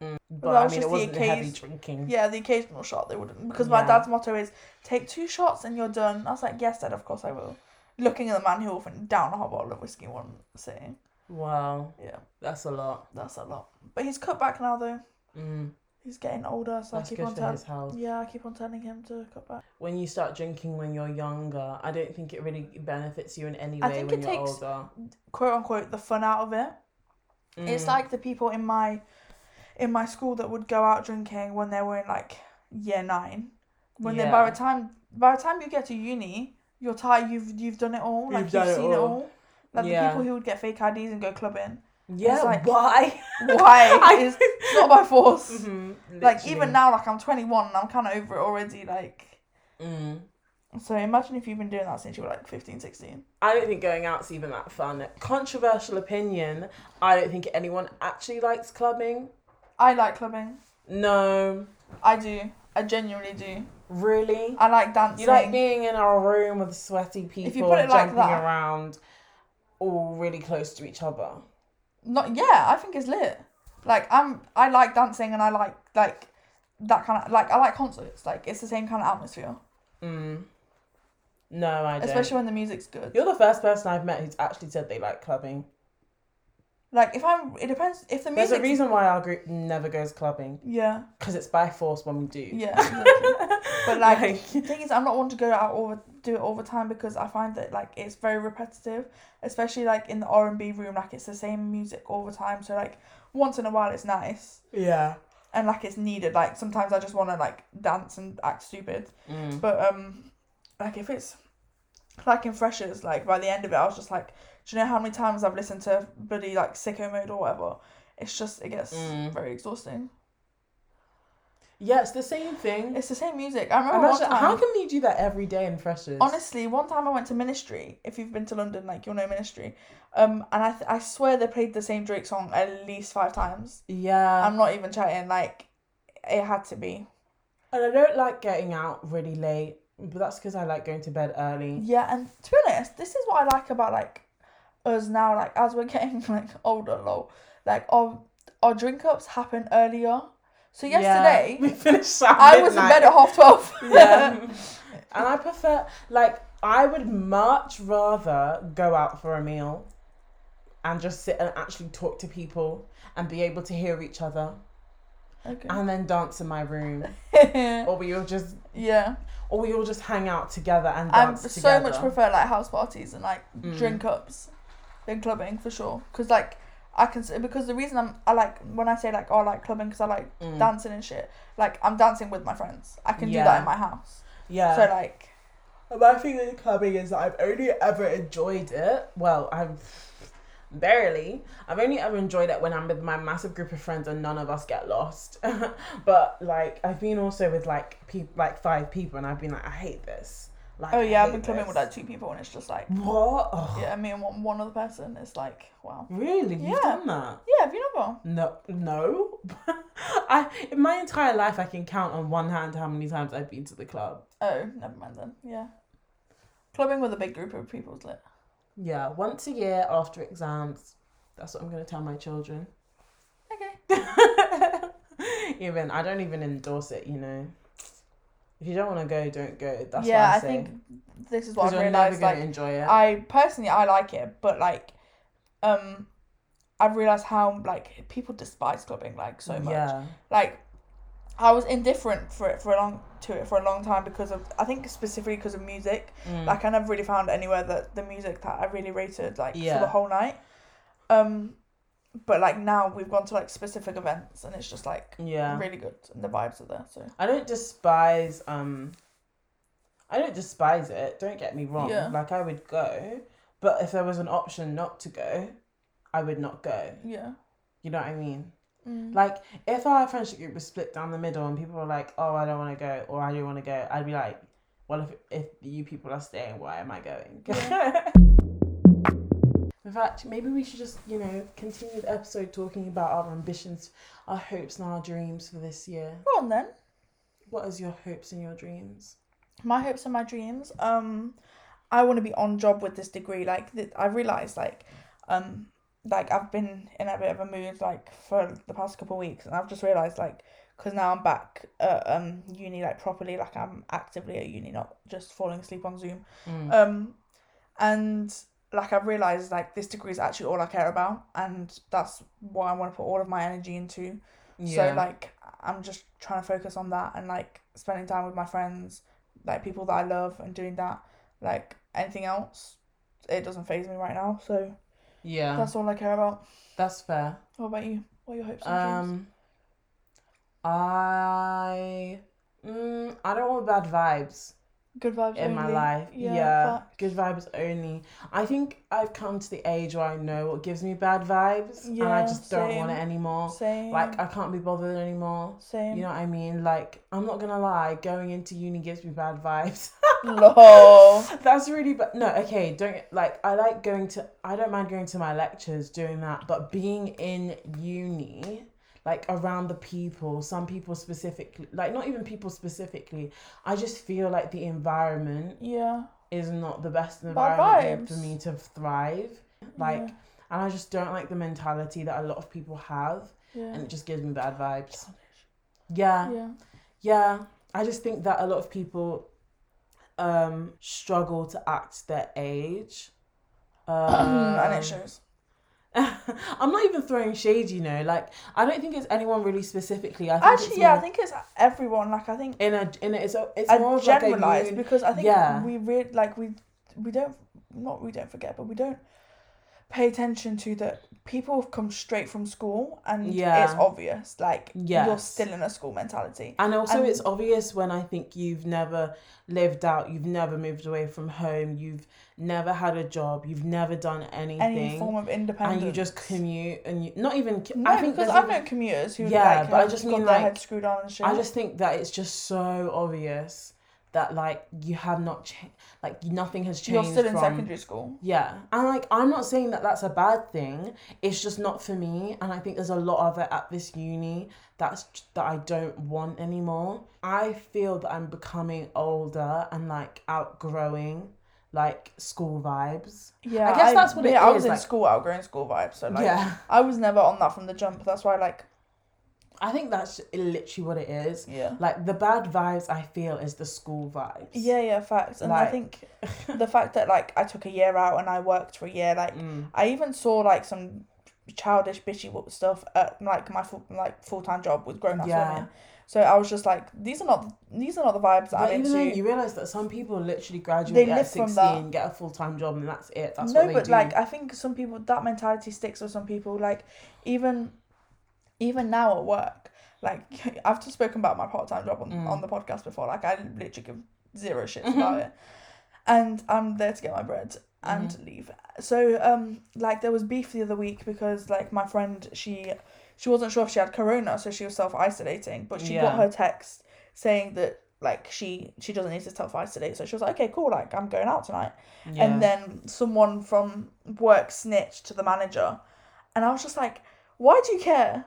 [SPEAKER 5] But
[SPEAKER 4] that
[SPEAKER 5] I
[SPEAKER 4] was
[SPEAKER 5] mean,
[SPEAKER 4] just
[SPEAKER 5] it
[SPEAKER 4] the
[SPEAKER 5] wasn't heavy
[SPEAKER 4] occasion-
[SPEAKER 5] drinking.
[SPEAKER 4] Yeah, the occasional shot they wouldn't because my
[SPEAKER 5] Yeah.
[SPEAKER 4] dad's motto is take two shots and you're done. I was like, yes, dad, of course I will. Looking at the man who will fin- down a whole bottle of whiskey in one sitting.
[SPEAKER 5] Wow,
[SPEAKER 4] Yeah,
[SPEAKER 5] that's a lot.
[SPEAKER 4] that's a lot. But he's cut back now though.
[SPEAKER 5] Mm,
[SPEAKER 4] He's getting older, so
[SPEAKER 5] that's
[SPEAKER 4] I keep
[SPEAKER 5] good
[SPEAKER 4] on
[SPEAKER 5] for
[SPEAKER 4] telling.
[SPEAKER 5] his health.
[SPEAKER 4] Yeah, I keep on telling him to cut back.
[SPEAKER 5] When you start drinking when you're younger, I don't think it really benefits you in any
[SPEAKER 4] I
[SPEAKER 5] way
[SPEAKER 4] think
[SPEAKER 5] when
[SPEAKER 4] it
[SPEAKER 5] you're
[SPEAKER 4] takes-
[SPEAKER 5] older.
[SPEAKER 4] Quote unquote, the fun out of it. It's
[SPEAKER 5] Mm.
[SPEAKER 4] like the people in my in my school that would go out drinking when they were in like year nine. When then by
[SPEAKER 5] Yeah.
[SPEAKER 4] the time by the time you get to uni, you're tired. You've you've done it all. Like
[SPEAKER 5] You've
[SPEAKER 4] you've,
[SPEAKER 5] done it
[SPEAKER 4] seen it all.
[SPEAKER 5] all.
[SPEAKER 4] Like the
[SPEAKER 5] Yeah.
[SPEAKER 4] people who would get fake IDs and go clubbing.
[SPEAKER 5] yeah,
[SPEAKER 4] like-
[SPEAKER 5] why?
[SPEAKER 4] Why?
[SPEAKER 5] I-
[SPEAKER 4] it's not by force.
[SPEAKER 5] Mhm,
[SPEAKER 4] Like
[SPEAKER 5] literally.
[SPEAKER 4] even now, like I'm 21 and I'm kind of over it already. Like
[SPEAKER 5] Mm.
[SPEAKER 4] so, imagine if you've been doing that since you were like 15, 16.
[SPEAKER 5] I don't think going out's even that fun. Controversial opinion. I don't think anyone actually likes clubbing.
[SPEAKER 4] I like clubbing.
[SPEAKER 5] No,
[SPEAKER 4] I do. I genuinely do.
[SPEAKER 5] really.
[SPEAKER 4] I like dancing.
[SPEAKER 5] You like being in a room with sweaty people
[SPEAKER 4] If you put it like
[SPEAKER 5] jumping
[SPEAKER 4] that.
[SPEAKER 5] around, all really close to each other.
[SPEAKER 4] not yeah i think it's lit like i'm i like dancing and i like like that kind of like i like concerts like it's the same kind of atmosphere
[SPEAKER 5] Mm. No, I don't.
[SPEAKER 4] especially when the music's good
[SPEAKER 5] You're the first person I've met who's actually said they like clubbing.
[SPEAKER 4] like if i'm it depends if the
[SPEAKER 5] There's a
[SPEAKER 4] music
[SPEAKER 5] reason why our group never goes clubbing
[SPEAKER 4] yeah
[SPEAKER 5] because it's by force when we do.
[SPEAKER 4] yeah exactly. but like,
[SPEAKER 5] Like-
[SPEAKER 4] the thing is i'm not one to go out all the do it all the time because i find that like it's very repetitive especially like in the r&b room like it's the same music all the time so like once in a while it's nice
[SPEAKER 5] Yeah.
[SPEAKER 4] and like it's needed like sometimes i just want to like dance and act stupid
[SPEAKER 5] Mm.
[SPEAKER 4] But um, like if it's like in freshers, like by the end of it, I was just like, do you know how many times I've listened to bloody like sicko mode or whatever? It's just it gets
[SPEAKER 5] Mm.
[SPEAKER 4] very exhausting.
[SPEAKER 5] Yeah, it's the same thing.
[SPEAKER 4] It's the same music. I remember
[SPEAKER 5] Imagine,
[SPEAKER 4] one time,
[SPEAKER 5] how can we do that every day in freshers?
[SPEAKER 4] honestly, one time I went to Ministry. If you've been to London, like you'll know Ministry. Um, and I th- I swear they played the same Drake song at least five times.
[SPEAKER 5] yeah,
[SPEAKER 4] I'm not even chatting. Like it had to be.
[SPEAKER 5] and I don't like getting out really late, but that's because I like going to bed early.
[SPEAKER 4] Yeah, and to be honest, this is what I like about like us now, like as we're getting like older, lol. Like our our drink ups happen earlier. So
[SPEAKER 5] Yeah,
[SPEAKER 4] yesterday
[SPEAKER 5] we finished. At
[SPEAKER 4] I was in bed at half twelve.
[SPEAKER 5] yeah, and I prefer like I would much rather go out for a meal and just sit and actually talk to people and be able to hear each other and then dance in my room
[SPEAKER 4] okay.
[SPEAKER 5] or we all just
[SPEAKER 4] yeah.
[SPEAKER 5] or we all just hang out together and
[SPEAKER 4] I
[SPEAKER 5] dance
[SPEAKER 4] so
[SPEAKER 5] together. Mm.
[SPEAKER 4] much prefer like house parties and like drink ups than clubbing for sure. Cause like I can s- because the reason I'm I like when I say like oh I like clubbing because I like
[SPEAKER 5] Mm.
[SPEAKER 4] dancing and shit. Like I'm dancing with my friends. I can do
[SPEAKER 5] Yeah.
[SPEAKER 4] that in my house.
[SPEAKER 5] yeah.
[SPEAKER 4] So like
[SPEAKER 5] And My thing with clubbing is that I've only ever enjoyed it. Well, I've barely. I've only ever enjoyed it when I'm with my massive group of friends and none of us get lost. but like, I've been also with like people, like five people, and I've been like, I hate this. Like,
[SPEAKER 4] oh
[SPEAKER 5] I
[SPEAKER 4] yeah, I've
[SPEAKER 5] hate
[SPEAKER 4] been clubbing
[SPEAKER 5] this.
[SPEAKER 4] with like two people and it's just like
[SPEAKER 5] What? Oh,
[SPEAKER 4] Yeah, me and one, one other person. It's like, wow.
[SPEAKER 5] Really?
[SPEAKER 4] Yeah.
[SPEAKER 5] You've done that?
[SPEAKER 4] Yeah, have you never?
[SPEAKER 5] No, no. I in my entire life, I can count on one hand how many times I've been to the club.
[SPEAKER 4] Oh, never mind then. Yeah. Clubbing with a big group of people is lit.
[SPEAKER 5] Yeah, once a year after exams. That's what I'm gonna tell my children.
[SPEAKER 4] Okay.
[SPEAKER 5] even I don't even endorse it, you know. If you don't want to go, don't go. That's
[SPEAKER 4] yeah,
[SPEAKER 5] what
[SPEAKER 4] I
[SPEAKER 5] I say.
[SPEAKER 4] think this is what
[SPEAKER 5] Because
[SPEAKER 4] I've
[SPEAKER 5] you're never
[SPEAKER 4] realised.
[SPEAKER 5] gonna
[SPEAKER 4] Like,
[SPEAKER 5] enjoy it.
[SPEAKER 4] I personally, I like it, but like, um, I've realised how, like, people despise clubbing, like, so much.
[SPEAKER 5] Yeah,
[SPEAKER 4] Like, I was indifferent for it for a long to it for a long time because of I think specifically because of music.
[SPEAKER 5] Mm.
[SPEAKER 4] Like I never really found anywhere that the music that I really rated like for
[SPEAKER 5] Yeah.
[SPEAKER 4] the whole night. Um, but like now we've gone to like specific events and it's just like
[SPEAKER 5] Mm. yeah.
[SPEAKER 4] really good and the vibes are there. So
[SPEAKER 5] I don't despise um. I don't despise it. Don't get me wrong.
[SPEAKER 4] Yeah.
[SPEAKER 5] Like I would go, but if there was an option not to go, I would not go.
[SPEAKER 4] yeah,
[SPEAKER 5] You know what I mean? Like if our friendship group was split down the middle and people were like, "Oh, I don't want to go," or "I do want to go," I'd be like, well, if, if you people are staying, why am I going? In fact, maybe we should just, you know, continue the episode talking about our ambitions, our hopes, and our dreams for this year.
[SPEAKER 4] Go on then.
[SPEAKER 5] What is your hopes and your dreams?
[SPEAKER 4] my hopes and my dreams um i want to be on job with this degree like th- i realized like um like i've been in a bit of a mood like for the past couple of weeks and i've just realized like because now i'm back at um uni like properly like i'm actively at uni not just falling asleep on zoom
[SPEAKER 5] Mm, Uh,
[SPEAKER 4] um and like i've realized like this degree is actually all i care about and that's what i want to put all of my energy into so like I'm just trying to focus on that and like spending time with my friends, like people that I love and doing that. Like anything else, it doesn't phase me right now. So
[SPEAKER 5] yeah, that's,
[SPEAKER 4] that's all I care about.
[SPEAKER 5] fair.
[SPEAKER 4] What about you? What are your hopes and dreams?
[SPEAKER 5] Um, I, mm, I don't want bad vibes.
[SPEAKER 4] Good vibes
[SPEAKER 5] in my
[SPEAKER 4] only.
[SPEAKER 5] life. Yeah,
[SPEAKER 4] fuck.
[SPEAKER 5] good vibes only. I think I've come to the age where I know what gives me bad vibes, and I
[SPEAKER 4] Yeah,
[SPEAKER 5] just don't want it
[SPEAKER 4] same.
[SPEAKER 5] anymore.
[SPEAKER 4] Same.
[SPEAKER 5] Like I can't be bothered anymore.
[SPEAKER 4] same.
[SPEAKER 5] You know what I mean? Like I'm not gonna lie, going into uni gives me bad vibes.
[SPEAKER 4] Lol.
[SPEAKER 5] That's really bad. No, okay, don't like. I like going to. I don't mind going to my lectures, doing that, but being in uni. Like around the people, some people specifically, like not even people specifically. I just feel like the environment
[SPEAKER 4] Yeah.
[SPEAKER 5] is not the best
[SPEAKER 4] Bad
[SPEAKER 5] environment for
[SPEAKER 4] vibes.
[SPEAKER 5] me to thrive. Like,
[SPEAKER 4] Yeah.
[SPEAKER 5] and I just don't like the mentality that a lot of people have,
[SPEAKER 4] Yeah.
[SPEAKER 5] and it just gives me bad vibes. Yeah, yeah.
[SPEAKER 4] yeah.
[SPEAKER 5] I just think that a lot of people um struggle to act their age. Um,
[SPEAKER 4] and it shows.
[SPEAKER 5] I'm not even throwing shade, you know. Like, I don't think it's anyone really specifically. I think it's
[SPEAKER 4] Actually, yeah, I
[SPEAKER 5] more
[SPEAKER 4] think it's everyone. Like, I think
[SPEAKER 5] in a in a, it's a, it's
[SPEAKER 4] I
[SPEAKER 5] more of like a
[SPEAKER 4] generalize
[SPEAKER 5] uni-
[SPEAKER 4] because I think
[SPEAKER 5] Yeah.
[SPEAKER 4] we re- like we we don't not we don't forget, but we don't pay attention to that people have come straight from school and
[SPEAKER 5] Yeah.
[SPEAKER 4] it's obvious like you're
[SPEAKER 5] Yes.
[SPEAKER 4] still in a school mentality.
[SPEAKER 5] And also,
[SPEAKER 4] And-
[SPEAKER 5] it's obvious when I think you've never lived out, you've never moved away from home, you've never had a job, you've never done
[SPEAKER 4] Any
[SPEAKER 5] anything,
[SPEAKER 4] form of independence.
[SPEAKER 5] and you just commute and you not even. c-
[SPEAKER 4] No,
[SPEAKER 5] I think
[SPEAKER 4] because
[SPEAKER 5] there's
[SPEAKER 4] I've
[SPEAKER 5] even-
[SPEAKER 4] known commuters who
[SPEAKER 5] Yeah,
[SPEAKER 4] like
[SPEAKER 5] but I
[SPEAKER 4] have
[SPEAKER 5] just
[SPEAKER 4] got
[SPEAKER 5] mean,
[SPEAKER 4] their
[SPEAKER 5] like,
[SPEAKER 4] head screwed on and shit.
[SPEAKER 5] I just think that it's just so obvious that like you have not changed, like nothing has
[SPEAKER 4] you're
[SPEAKER 5] changed.
[SPEAKER 4] still in
[SPEAKER 5] from-
[SPEAKER 4] secondary school.
[SPEAKER 5] Yeah, and like I'm not saying that that's a bad thing. It's just not for me, and I think there's a lot of it at this uni that's that I don't want anymore. I feel that I'm becoming older and like outgrowing like school vibes.
[SPEAKER 4] Yeah,
[SPEAKER 5] guess that's what it
[SPEAKER 4] yeah, I
[SPEAKER 5] is,
[SPEAKER 4] was in
[SPEAKER 5] like-
[SPEAKER 4] school outgrowing school vibes, so like
[SPEAKER 5] Yeah.
[SPEAKER 4] I was never on that from the jump. That's why like
[SPEAKER 5] I think that's literally what it is.
[SPEAKER 4] yeah.
[SPEAKER 5] Like the bad vibes I feel is the school vibes.
[SPEAKER 4] Yeah, yeah, facts. And I
[SPEAKER 5] Like-
[SPEAKER 4] think the fact that like I took a year out and I worked for a year, like
[SPEAKER 5] Mm.
[SPEAKER 4] I even saw like some childish bitchy wo- stuff at like my full like full time job with grown ups
[SPEAKER 5] Yeah.
[SPEAKER 4] women. So I was just like, these are not these are not the vibes that
[SPEAKER 5] But
[SPEAKER 4] I'm
[SPEAKER 5] even then,
[SPEAKER 4] into.
[SPEAKER 5] you realize that some people literally graduate
[SPEAKER 4] They
[SPEAKER 5] at
[SPEAKER 4] live from
[SPEAKER 5] 16,
[SPEAKER 4] that.
[SPEAKER 5] get a full time job, and that's it. That's
[SPEAKER 4] no,
[SPEAKER 5] what they
[SPEAKER 4] but
[SPEAKER 5] do.
[SPEAKER 4] like I think some people that mentality sticks with some people. Like even even now at work, like I've just spoken about my part time job on,
[SPEAKER 5] Mm.
[SPEAKER 4] on the podcast before. Like I literally give zero shits
[SPEAKER 5] Mm-hmm.
[SPEAKER 4] about it, and I'm there to get my bread and
[SPEAKER 5] Mm-hmm.
[SPEAKER 4] leave. So um, like there was beef the other week because like my friend she she wasn't sure if she had corona, so she was self isolating, but she
[SPEAKER 5] Yeah.
[SPEAKER 4] got her text saying that like she she doesn't need to self isolate, so she was like, okay, cool, like I'm going out tonight
[SPEAKER 5] Yeah.
[SPEAKER 4] and then someone from work snitched to the manager and i was just like why do you care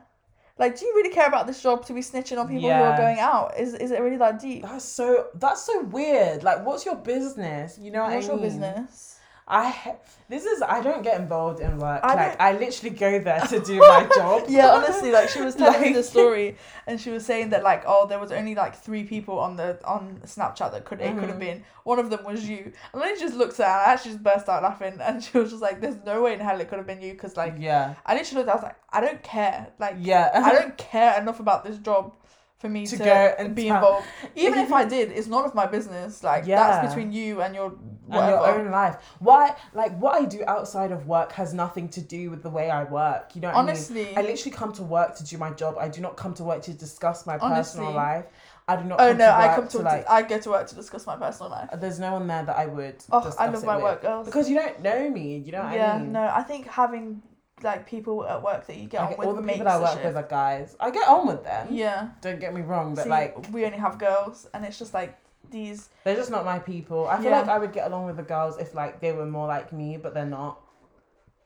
[SPEAKER 4] like do you really care about this job to be snitching on people who
[SPEAKER 5] Yeah.
[SPEAKER 4] are going out is is it really that deep
[SPEAKER 5] That's so. That's so weird. Like, what's your business? You know what
[SPEAKER 4] what's
[SPEAKER 5] I
[SPEAKER 4] your
[SPEAKER 5] mean?
[SPEAKER 4] business
[SPEAKER 5] I ha- this is. I don't get involved in work.
[SPEAKER 4] I
[SPEAKER 5] like,
[SPEAKER 4] don't-
[SPEAKER 5] I literally go there to do my job.
[SPEAKER 4] yeah honestly like she was telling me the
[SPEAKER 5] Like-
[SPEAKER 4] story and she was saying that like oh there was only like three people on the on snapchat that could it could have been one of them was you and then she just looked at her and i actually just burst out laughing and she was just like there's no way in hell it could have been you because like
[SPEAKER 5] Yeah.
[SPEAKER 4] i literally looked i was like i don't care like
[SPEAKER 5] Yeah.
[SPEAKER 4] I don't care enough about this job for me
[SPEAKER 5] To
[SPEAKER 4] to,
[SPEAKER 5] go and
[SPEAKER 4] be
[SPEAKER 5] tell-
[SPEAKER 4] involved. Even if I did, it's none of my business. Like
[SPEAKER 5] Yeah.
[SPEAKER 4] that's between you and your
[SPEAKER 5] and
[SPEAKER 4] whatever.
[SPEAKER 5] your own life. Why? Like, what I do outside of work has nothing to do with the way I work. You know. What I,
[SPEAKER 4] Honestly.
[SPEAKER 5] mean? I literally come to work to do my job. I do not come to work to discuss my personal
[SPEAKER 4] Honestly.
[SPEAKER 5] life. I do not.
[SPEAKER 4] oh
[SPEAKER 5] come
[SPEAKER 4] no,
[SPEAKER 5] to work
[SPEAKER 4] I come to,
[SPEAKER 5] to like.
[SPEAKER 4] I go to work to discuss my personal life.
[SPEAKER 5] there's no one there that I would.
[SPEAKER 4] Oh,
[SPEAKER 5] discuss
[SPEAKER 4] I love
[SPEAKER 5] it
[SPEAKER 4] my
[SPEAKER 5] with.
[SPEAKER 4] work, girls.
[SPEAKER 5] Because you don't know me. You know what
[SPEAKER 4] yeah,
[SPEAKER 5] I mean?
[SPEAKER 4] no, I think having like people at work that you get
[SPEAKER 5] Like,
[SPEAKER 4] on with
[SPEAKER 5] all the
[SPEAKER 4] makes
[SPEAKER 5] people I
[SPEAKER 4] the
[SPEAKER 5] work
[SPEAKER 4] shift.
[SPEAKER 5] with are guys. I get on with them.
[SPEAKER 4] yeah.
[SPEAKER 5] Don't get me wrong, but
[SPEAKER 4] See,
[SPEAKER 5] like,
[SPEAKER 4] we only have girls, and it's just like these
[SPEAKER 5] They're just not my people. I feel
[SPEAKER 4] Yeah.
[SPEAKER 5] like I would get along with the girls if like they were more like me, but they're not.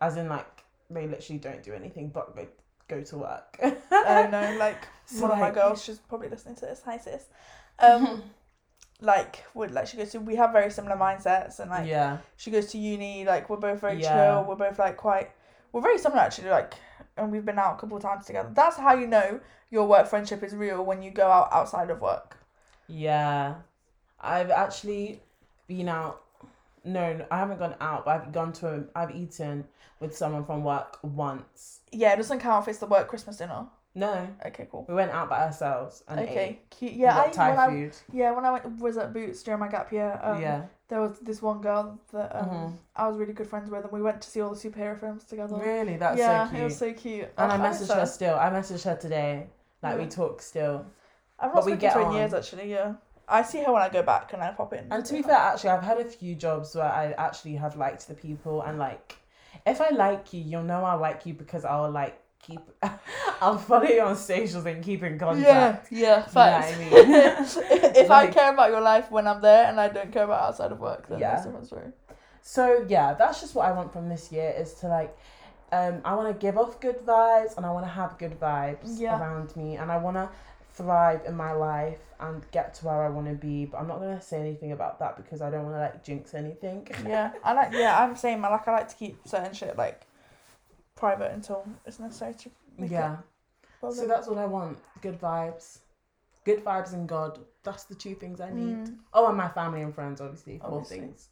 [SPEAKER 5] As in, like they literally don't do anything but go, go to work.
[SPEAKER 4] I don't know, like
[SPEAKER 5] So,
[SPEAKER 4] one of my
[SPEAKER 5] like-
[SPEAKER 4] girls, she's probably listening to this. Hi sis. Um like would like she goes to we have very similar mindsets and like
[SPEAKER 5] yeah,
[SPEAKER 4] she goes to uni, like we're both very
[SPEAKER 5] Yeah.
[SPEAKER 4] chill, we're both like quite we're very similar actually, like and we've been out a couple of times together. That's how you know your work friendship is real when you go out outside of work.
[SPEAKER 5] yeah. I've actually been out. No, no, I haven't gone out, but I've gone to. A, I've eaten with someone from work once.
[SPEAKER 4] Yeah, it doesn't count if it's the work Christmas dinner.
[SPEAKER 5] No,
[SPEAKER 4] Okay, cool.
[SPEAKER 5] we went out by ourselves and ate.
[SPEAKER 4] Okay, cute.
[SPEAKER 5] We
[SPEAKER 4] Yeah, I,
[SPEAKER 5] got Thai
[SPEAKER 4] when I
[SPEAKER 5] food.
[SPEAKER 4] yeah when I went was at Boots during my gap year. Um,
[SPEAKER 5] yeah.
[SPEAKER 4] There was this one girl that um,
[SPEAKER 5] Mhm.
[SPEAKER 4] I was really good friends with, and we went to see all the superhero films together.
[SPEAKER 5] Really, that's
[SPEAKER 4] yeah,
[SPEAKER 5] so cute.
[SPEAKER 4] it was so cute.
[SPEAKER 5] and I
[SPEAKER 4] Oh,
[SPEAKER 5] messaged
[SPEAKER 4] so-
[SPEAKER 5] her still. I messaged her today. Like we
[SPEAKER 4] Yeah.
[SPEAKER 5] talk still.
[SPEAKER 4] I've not
[SPEAKER 5] but we
[SPEAKER 4] spoken
[SPEAKER 5] get
[SPEAKER 4] to her
[SPEAKER 5] on.
[SPEAKER 4] in years actually. Yeah, I see her when I go back, and I pop in.
[SPEAKER 5] And to be fair, actually, I've had a few jobs where I actually have liked the people and like, if I like you, you'll know I like you because I'll like keep, I'll follow you on socials and keep in
[SPEAKER 4] yeah,
[SPEAKER 5] contact.
[SPEAKER 4] yeah,
[SPEAKER 5] You
[SPEAKER 4] facts.
[SPEAKER 5] know what I mean?
[SPEAKER 4] if I
[SPEAKER 5] Like-
[SPEAKER 4] care about your life when I'm there, and I don't care about outside of work, then
[SPEAKER 5] Yeah.
[SPEAKER 4] that's a different story.
[SPEAKER 5] so yeah, that's just what I want from this year is to like, um, I want to give off good vibes and I want to have good vibes
[SPEAKER 4] Yeah.
[SPEAKER 5] around me and I want to thrive in my life and get to where I want to be. But I'm not gonna say anything about that because I don't want to like jinx anything.
[SPEAKER 4] Yeah, I like. Yeah, I'm same. I like. I like to keep certain shit like private until it's necessary to. make it
[SPEAKER 5] yeah.
[SPEAKER 4] public.
[SPEAKER 5] So that's what I want. Good vibes. Good vibes and God. That's the two things I need.
[SPEAKER 4] Mm,
[SPEAKER 5] Oh, and my family and friends, obviously. Four
[SPEAKER 4] Obviously.
[SPEAKER 5] things.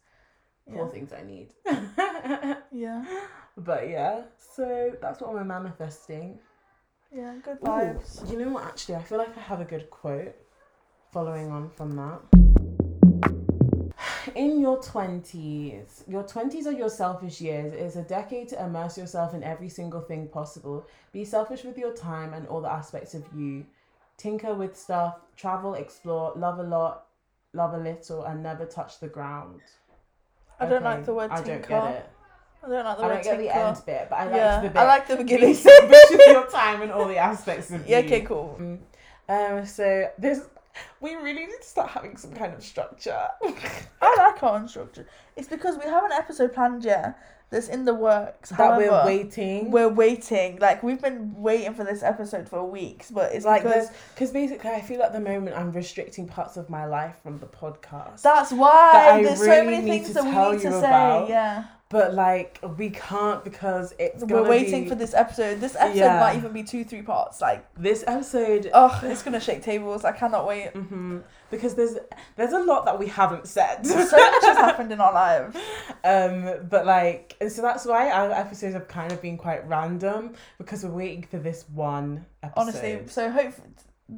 [SPEAKER 5] Four
[SPEAKER 4] yeah.
[SPEAKER 5] things I need.
[SPEAKER 4] Mm. yeah,
[SPEAKER 5] but yeah, so that's what we're manifesting.
[SPEAKER 4] yeah, good
[SPEAKER 5] Ooh,
[SPEAKER 4] vibes.
[SPEAKER 5] you know what, actually, I feel like I have a good quote following on from that. In your 20s, your 20s are your selfish years. It is a decade to immerse yourself in every single thing possible. Be selfish with your time and all the aspects of you. Tinker with stuff, travel, explore, love a lot, love a little, and never touch the ground.
[SPEAKER 4] I don't
[SPEAKER 5] Okay,
[SPEAKER 4] like the word
[SPEAKER 5] I
[SPEAKER 4] tinker.
[SPEAKER 5] don't get it.
[SPEAKER 4] I don't like the
[SPEAKER 5] I
[SPEAKER 4] word
[SPEAKER 5] don't get
[SPEAKER 4] tinker.
[SPEAKER 5] the end bit, but I like
[SPEAKER 4] yeah,
[SPEAKER 5] the bit.
[SPEAKER 4] I like the
[SPEAKER 5] Be
[SPEAKER 4] beginning.
[SPEAKER 5] selfish with your time and all the aspects of
[SPEAKER 4] yeah,
[SPEAKER 5] you.
[SPEAKER 4] okay, cool.
[SPEAKER 5] Um, so this we really need to start having some kind of structure.
[SPEAKER 4] I like our unstructured. It's because we have an episode planned yet that's in the works.
[SPEAKER 5] that we're
[SPEAKER 4] However,
[SPEAKER 5] waiting.
[SPEAKER 4] We're waiting. Like we've been waiting for this episode for weeks, but it's
[SPEAKER 5] like
[SPEAKER 4] because
[SPEAKER 5] this because basically I feel at the moment I'm restricting parts of my life from the podcast.
[SPEAKER 4] that's why
[SPEAKER 5] that I
[SPEAKER 4] there's
[SPEAKER 5] really
[SPEAKER 4] so many
[SPEAKER 5] need
[SPEAKER 4] things
[SPEAKER 5] to
[SPEAKER 4] that
[SPEAKER 5] tell
[SPEAKER 4] we need to
[SPEAKER 5] you
[SPEAKER 4] say.
[SPEAKER 5] about.
[SPEAKER 4] Yeah,
[SPEAKER 5] but like we can't because it's
[SPEAKER 4] we're
[SPEAKER 5] gonna
[SPEAKER 4] waiting
[SPEAKER 5] be-
[SPEAKER 4] for this episode. This episode
[SPEAKER 5] Yeah.
[SPEAKER 4] might even be two, three parts. Like,
[SPEAKER 5] this episode.
[SPEAKER 4] oh, it's gonna shake tables. I cannot wait.
[SPEAKER 5] Mhm. Because there's there's a lot that we haven't said.
[SPEAKER 4] so much has happened in our lives.
[SPEAKER 5] Um, but like, and so that's why our episodes have kind of been quite random because we're waiting for this one episode.
[SPEAKER 4] Honestly, so hope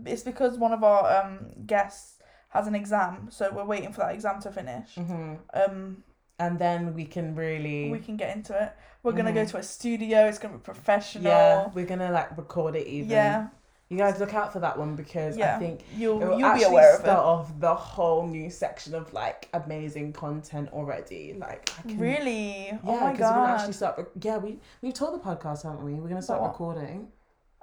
[SPEAKER 4] it's because one of our um guests has an exam, so we're waiting for that exam to finish.
[SPEAKER 5] Mhm.
[SPEAKER 4] Um,
[SPEAKER 5] and then we can really
[SPEAKER 4] we can get into it. We're gonna go to a studio. It's gonna be professional.
[SPEAKER 5] Mm-hmm. yeah we're gonna like record it even
[SPEAKER 4] yeah,
[SPEAKER 5] you guys look out for that one because
[SPEAKER 4] yeah.
[SPEAKER 5] i think
[SPEAKER 4] you'll
[SPEAKER 5] it will
[SPEAKER 4] you'll be
[SPEAKER 5] actually
[SPEAKER 4] aware of
[SPEAKER 5] start
[SPEAKER 4] it.
[SPEAKER 5] off the whole new section of like amazing content already like I can,
[SPEAKER 4] Really?
[SPEAKER 5] yeah
[SPEAKER 4] oh my
[SPEAKER 5] we're gonna
[SPEAKER 4] god!
[SPEAKER 5] actually start re- yeah we we've told the podcast haven't we we're gonna start
[SPEAKER 4] What?
[SPEAKER 5] recording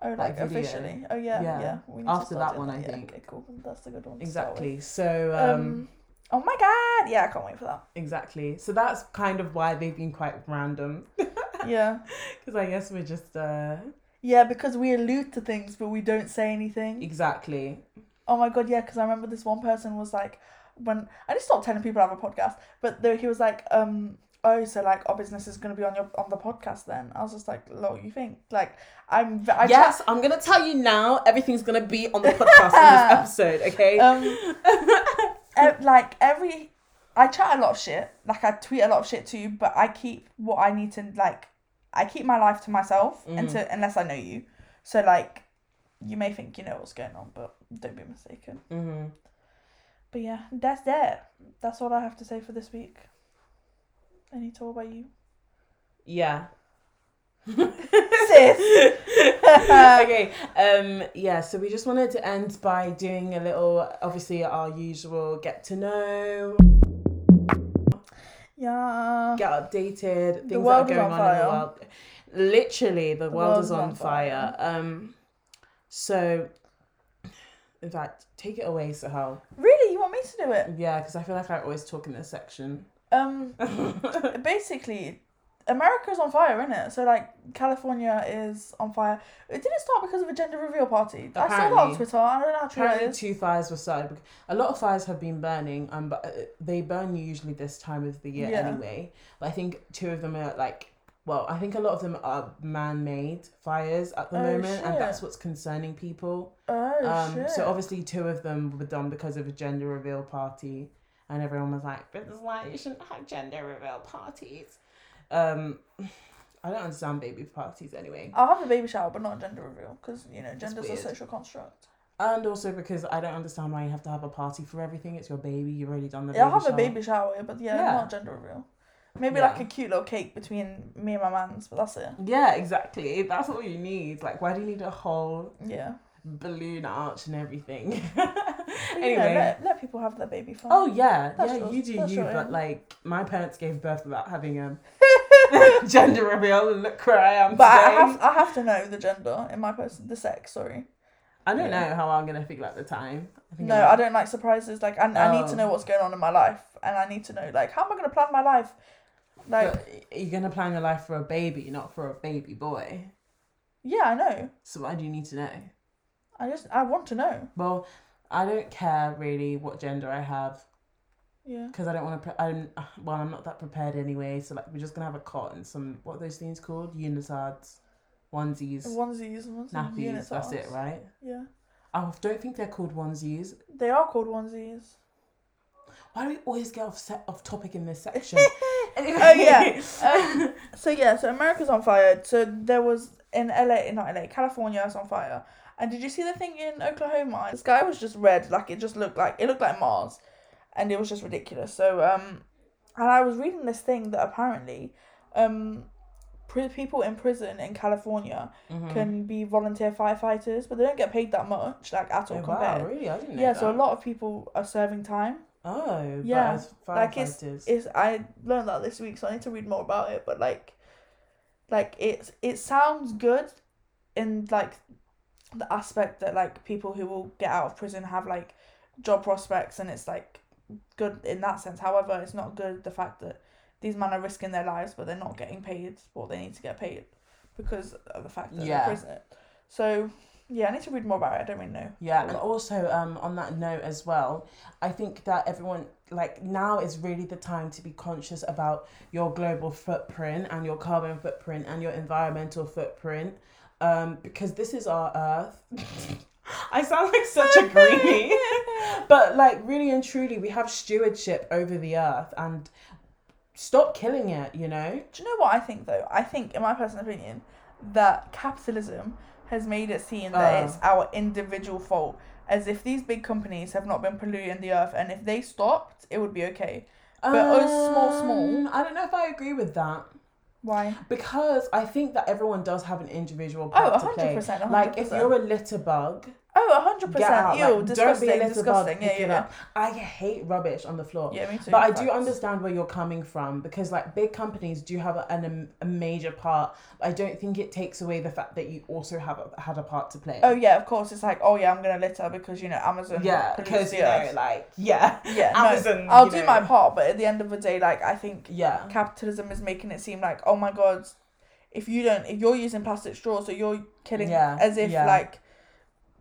[SPEAKER 4] oh, like,
[SPEAKER 5] like, video.
[SPEAKER 4] officially? Oh yeah, yeah.
[SPEAKER 5] Yeah.
[SPEAKER 4] We need to
[SPEAKER 5] After
[SPEAKER 4] start
[SPEAKER 5] that
[SPEAKER 4] doing
[SPEAKER 5] one, I
[SPEAKER 4] Yeah,
[SPEAKER 5] think.
[SPEAKER 4] Okay, cool. That's a good one. to start with.
[SPEAKER 5] exactly so
[SPEAKER 4] Um,
[SPEAKER 5] um,
[SPEAKER 4] Oh my god! Yeah, I can't wait for that.
[SPEAKER 5] exactly so that's kind of why they've been quite random
[SPEAKER 4] Yeah,
[SPEAKER 5] because i guess we're just uh
[SPEAKER 4] yeah, because we allude to things, but we don't say anything.
[SPEAKER 5] exactly
[SPEAKER 4] Oh my god, yeah, because I remember this one person was like, when I just stopped telling people I have a podcast, but though he was like, um, oh, so like our business is gonna be on your on the podcast then. I was just like, lol, you think? Like, I'm v- I
[SPEAKER 5] yes, I'm gonna tell you now. Everything's gonna be on the podcast in this episode, okay?
[SPEAKER 4] chat, um, ev- like every, I chat a lot of shit. Like I tweet a lot of shit too, but I keep what I need to like. I keep my life to myself until unless I know you. So like, you may think you know what's going on, but don't be mistaken.
[SPEAKER 5] hmm
[SPEAKER 4] But yeah, that's that. That's all I have to say for this week. Any talk about you?
[SPEAKER 5] Yeah.
[SPEAKER 4] Sis!
[SPEAKER 5] okay. Um. Yeah. So we just wanted to end by doing a little, obviously, our usual get to know,
[SPEAKER 4] Yeah.
[SPEAKER 5] get updated, things
[SPEAKER 4] world
[SPEAKER 5] that
[SPEAKER 4] is
[SPEAKER 5] are going on,
[SPEAKER 4] on
[SPEAKER 5] in
[SPEAKER 4] fire.
[SPEAKER 5] the world. Literally, the, world, is on fire. Um. So In fact, take it away, Sahel.
[SPEAKER 4] Really, you want me to do it?
[SPEAKER 5] Yeah, because I feel like I always talk in this section.
[SPEAKER 4] Um, basically, America's on fire, isn't it? So like California is on fire. It didn't start because of a gender reveal party. I saw that on
[SPEAKER 5] Apparently.
[SPEAKER 4] Twitter. I don't know how true that
[SPEAKER 5] Apparently,
[SPEAKER 4] is.
[SPEAKER 5] two fires were started. bec- A lot of fires have been burning, um, but uh, they burn usually this time of the year
[SPEAKER 4] Yeah.
[SPEAKER 5] anyway. But I think two of them are like, well, I think a lot of them are man-made fires at the
[SPEAKER 4] Oh,
[SPEAKER 5] moment, and
[SPEAKER 4] shit.
[SPEAKER 5] that's what's concerning people.
[SPEAKER 4] Oh
[SPEAKER 5] Um,
[SPEAKER 4] shit!
[SPEAKER 5] so obviously, two of them were done because of a gender reveal party, and everyone was like, "But it's like you shouldn't have gender reveal parties." Um, I don't understand baby parties anyway.
[SPEAKER 4] I'll have a baby shower, but not a gender reveal because you know
[SPEAKER 5] That's
[SPEAKER 4] gender's a
[SPEAKER 5] weird.
[SPEAKER 4] social construct.
[SPEAKER 5] And also because I don't understand why you have to have a party for everything. It's your baby. You've already done the.
[SPEAKER 4] Yeah, I'll have
[SPEAKER 5] shower.
[SPEAKER 4] a baby shower, but yeah,
[SPEAKER 5] Yeah.
[SPEAKER 4] not gender reveal. Maybe
[SPEAKER 5] Yeah.
[SPEAKER 4] like a cute little cake between me and my man's, but that's it.
[SPEAKER 5] Yeah, exactly. That's all you need. Like, why do you need a whole
[SPEAKER 4] Yeah.
[SPEAKER 5] balloon arch and everything?
[SPEAKER 4] But, you know,
[SPEAKER 5] anyway.
[SPEAKER 4] let, let people have their baby fun.
[SPEAKER 5] Oh yeah,
[SPEAKER 4] That's
[SPEAKER 5] yeah.
[SPEAKER 4] yours.
[SPEAKER 5] You do
[SPEAKER 4] That's
[SPEAKER 5] you,
[SPEAKER 4] your
[SPEAKER 5] but
[SPEAKER 4] own.
[SPEAKER 5] like my parents gave birth without having a gender reveal, and look where I am
[SPEAKER 4] but I
[SPEAKER 5] today. I,
[SPEAKER 4] have I have to know the gender in my person, the sex. Sorry.
[SPEAKER 5] don't know how I'm gonna feel at the time. I think
[SPEAKER 4] No,
[SPEAKER 5] I'm-
[SPEAKER 4] I don't like surprises. Like I, I need to
[SPEAKER 5] Oh.
[SPEAKER 4] know what's going on in my life, and I need to know like how am I gonna plan my life? Like
[SPEAKER 5] But you're gonna plan your life for a baby, not for a baby boy.
[SPEAKER 4] yeah, I know.
[SPEAKER 5] So why do you need to know?
[SPEAKER 4] I just I want to know.
[SPEAKER 5] Well, I don't care really what gender I have
[SPEAKER 4] Yeah.
[SPEAKER 5] because I don't want to. Pre- I'm uh, well, I'm not that prepared anyway. So like, we're just gonna have a cot and some what are those things called unitards, onesies,
[SPEAKER 4] Onesies, onesies,
[SPEAKER 5] nappies.
[SPEAKER 4] units
[SPEAKER 5] That's it,
[SPEAKER 4] arms.
[SPEAKER 5] right?
[SPEAKER 4] Yeah,
[SPEAKER 5] I don't think they're called onesies.
[SPEAKER 4] they are called onesies.
[SPEAKER 5] Why do we always get off set, off topic in this section?
[SPEAKER 4] Oh yeah. Um, so yeah, so America's on fire. So there was in LA, not LA, California is on fire. And did you see the thing in Oklahoma? The sky was just red, like it just looked like it looked like Mars, and it was just ridiculous. So um, and I was reading this thing that apparently, um, pri- people in prison in California
[SPEAKER 5] Mm-hmm.
[SPEAKER 4] can be volunteer firefighters, but they don't get paid that much, like at all
[SPEAKER 5] Oh, wow,
[SPEAKER 4] compared.
[SPEAKER 5] really? I didn't know.
[SPEAKER 4] Yeah, so a
[SPEAKER 5] that.
[SPEAKER 4] lot of people are serving time.
[SPEAKER 5] Oh,
[SPEAKER 4] Yeah,
[SPEAKER 5] yeah. As
[SPEAKER 4] like, it's-
[SPEAKER 5] firefighters.
[SPEAKER 4] It's I learned that this week, so I need to read more about it. But like, like it's it sounds good, in like, the aspect that like people who will get out of prison have like, job prospects, and it's like, good in that sense. However, it's not good the fact that these men are risking their lives, but they're not getting paid what they need to get paid, because of the fact that
[SPEAKER 5] Yeah.
[SPEAKER 4] they're prison. So, yeah, I need to read more about it. I don't really know.
[SPEAKER 5] Yeah, and also um, on that note as well, I think that everyone like now is really the time to be conscious about your global footprint and your carbon footprint and your environmental footprint, um, because this is our Earth. I sound like such a greenie, but like really and truly, we have stewardship over the Earth and stop killing it. You know,
[SPEAKER 4] Do you know what I think though? I think, in my personal opinion, that capitalism has made it seem that
[SPEAKER 5] Oh.
[SPEAKER 4] it's our individual fault, as if these big companies have not been polluting the earth, and if they stopped, it would be okay. But us small, small.
[SPEAKER 5] Um, I don't know if I agree with that.
[SPEAKER 4] Why?
[SPEAKER 5] Because I think that everyone does have an individual
[SPEAKER 4] Oh,
[SPEAKER 5] part
[SPEAKER 4] a
[SPEAKER 5] to
[SPEAKER 4] hundred
[SPEAKER 5] play.
[SPEAKER 4] percent, a hundred
[SPEAKER 5] Like if
[SPEAKER 4] percent.
[SPEAKER 5] you're a litter bug,
[SPEAKER 4] Oh, a hundred
[SPEAKER 5] get out.
[SPEAKER 4] percent. Ew,
[SPEAKER 5] like,
[SPEAKER 4] disgusting,
[SPEAKER 5] don't be a litter
[SPEAKER 4] disgusting.
[SPEAKER 5] bug.
[SPEAKER 4] Yeah,
[SPEAKER 5] pick it
[SPEAKER 4] yeah.
[SPEAKER 5] up. I hate rubbish on the floor.
[SPEAKER 4] Yeah, me too.
[SPEAKER 5] But I do
[SPEAKER 4] Facts.
[SPEAKER 5] understand where you're coming from because like big companies do have an, am- a major part. I don't think it takes away the fact that you also have a, had a part to play.
[SPEAKER 4] Oh yeah, of course. It's like, oh yeah, I'm gonna litter because you know Amazon.
[SPEAKER 5] yeah,
[SPEAKER 4] pollutes
[SPEAKER 5] because
[SPEAKER 4] the
[SPEAKER 5] you know,
[SPEAKER 4] earth.
[SPEAKER 5] like yeah,
[SPEAKER 4] yeah, no,
[SPEAKER 5] Amazon.
[SPEAKER 4] I'll
[SPEAKER 5] you
[SPEAKER 4] do
[SPEAKER 5] know.
[SPEAKER 4] my part, but at the end of the day, like I think
[SPEAKER 5] Yeah,
[SPEAKER 4] capitalism is making it seem like oh my god if you don't if you're using plastic straws so you're killing
[SPEAKER 5] Yeah,
[SPEAKER 4] as if
[SPEAKER 5] yeah.
[SPEAKER 4] like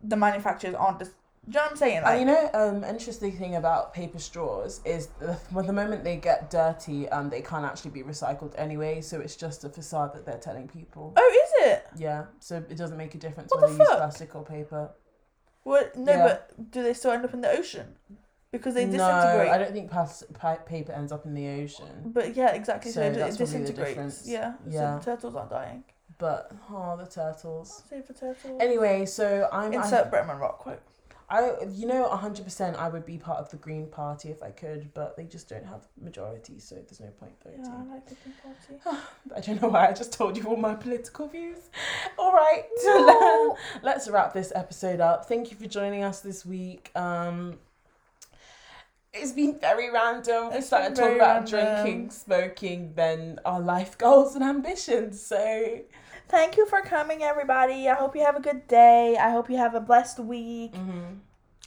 [SPEAKER 4] the manufacturers aren't just do you know what i'm saying like
[SPEAKER 5] And you know, um, interesting thing about paper straws is the, well, the moment they get dirty, um, they can't actually be recycled anyway. So it's just a facade that they're telling people.
[SPEAKER 4] oh is it
[SPEAKER 5] Yeah, so it doesn't make a difference
[SPEAKER 4] What the
[SPEAKER 5] whether you use
[SPEAKER 4] fuck?
[SPEAKER 5] plastic or paper.
[SPEAKER 4] well no
[SPEAKER 5] Yeah.
[SPEAKER 4] but do they still end up in the ocean because they
[SPEAKER 5] no, I
[SPEAKER 4] disintegrate
[SPEAKER 5] don't think pas- pi- paper ends up in the ocean.
[SPEAKER 4] but yeah exactly so,
[SPEAKER 5] So
[SPEAKER 4] it- it
[SPEAKER 5] that's probably the
[SPEAKER 4] disintegrates
[SPEAKER 5] difference.
[SPEAKER 4] yeah, so
[SPEAKER 5] Yeah.
[SPEAKER 4] the turtles aren't dying
[SPEAKER 5] But oh, the turtles.
[SPEAKER 4] save the turtles
[SPEAKER 5] Anyway, so I'm
[SPEAKER 4] insert bretman rock quote
[SPEAKER 5] I, I you know, hundred percent, I would be part of the Green Party if I could, but they just don't have majority, so there's no point voting.
[SPEAKER 4] yeah i like the Green party
[SPEAKER 5] I don't know why I just told you all my political views. All right,
[SPEAKER 4] No.
[SPEAKER 5] let's wrap this episode up. Thank you for joining us this week. Um, it's been very random. We
[SPEAKER 4] It's
[SPEAKER 5] started
[SPEAKER 4] been
[SPEAKER 5] talking
[SPEAKER 4] very
[SPEAKER 5] about
[SPEAKER 4] random.
[SPEAKER 5] drinking, smoking, then our life goals and ambitions. So
[SPEAKER 4] thank you for coming everybody i hope you have a good day i hope you have a blessed week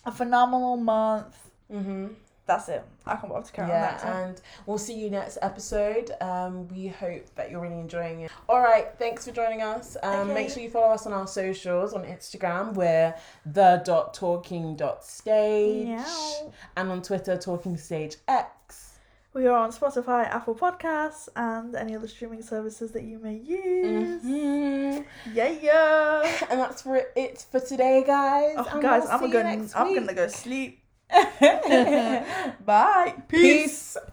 [SPEAKER 4] a phenomenal month.
[SPEAKER 5] Mm-hmm.
[SPEAKER 4] That's it. I can't bother to carry on that.
[SPEAKER 5] Yeah, and we'll see you next episode. Um, we hope that you're really enjoying it. All right, thanks for joining us. Um, Make
[SPEAKER 4] Okay.
[SPEAKER 5] sure you follow us on our socials on Instagram, we're the dot talking dot stage,
[SPEAKER 4] Meow.
[SPEAKER 5] and on Twitter, talking stage X.
[SPEAKER 4] We are on Spotify, Apple Podcasts, and any other streaming services that you may use.
[SPEAKER 5] Mhm.
[SPEAKER 4] Yeah, yeah.
[SPEAKER 5] And that's for it for today, guys.
[SPEAKER 4] Oh,
[SPEAKER 5] and
[SPEAKER 4] guys,
[SPEAKER 5] we'll
[SPEAKER 4] I'm
[SPEAKER 5] see you
[SPEAKER 4] gonna
[SPEAKER 5] next
[SPEAKER 4] I'm
[SPEAKER 5] week.
[SPEAKER 4] gonna go sleep. Bye. Peace.
[SPEAKER 5] Peace.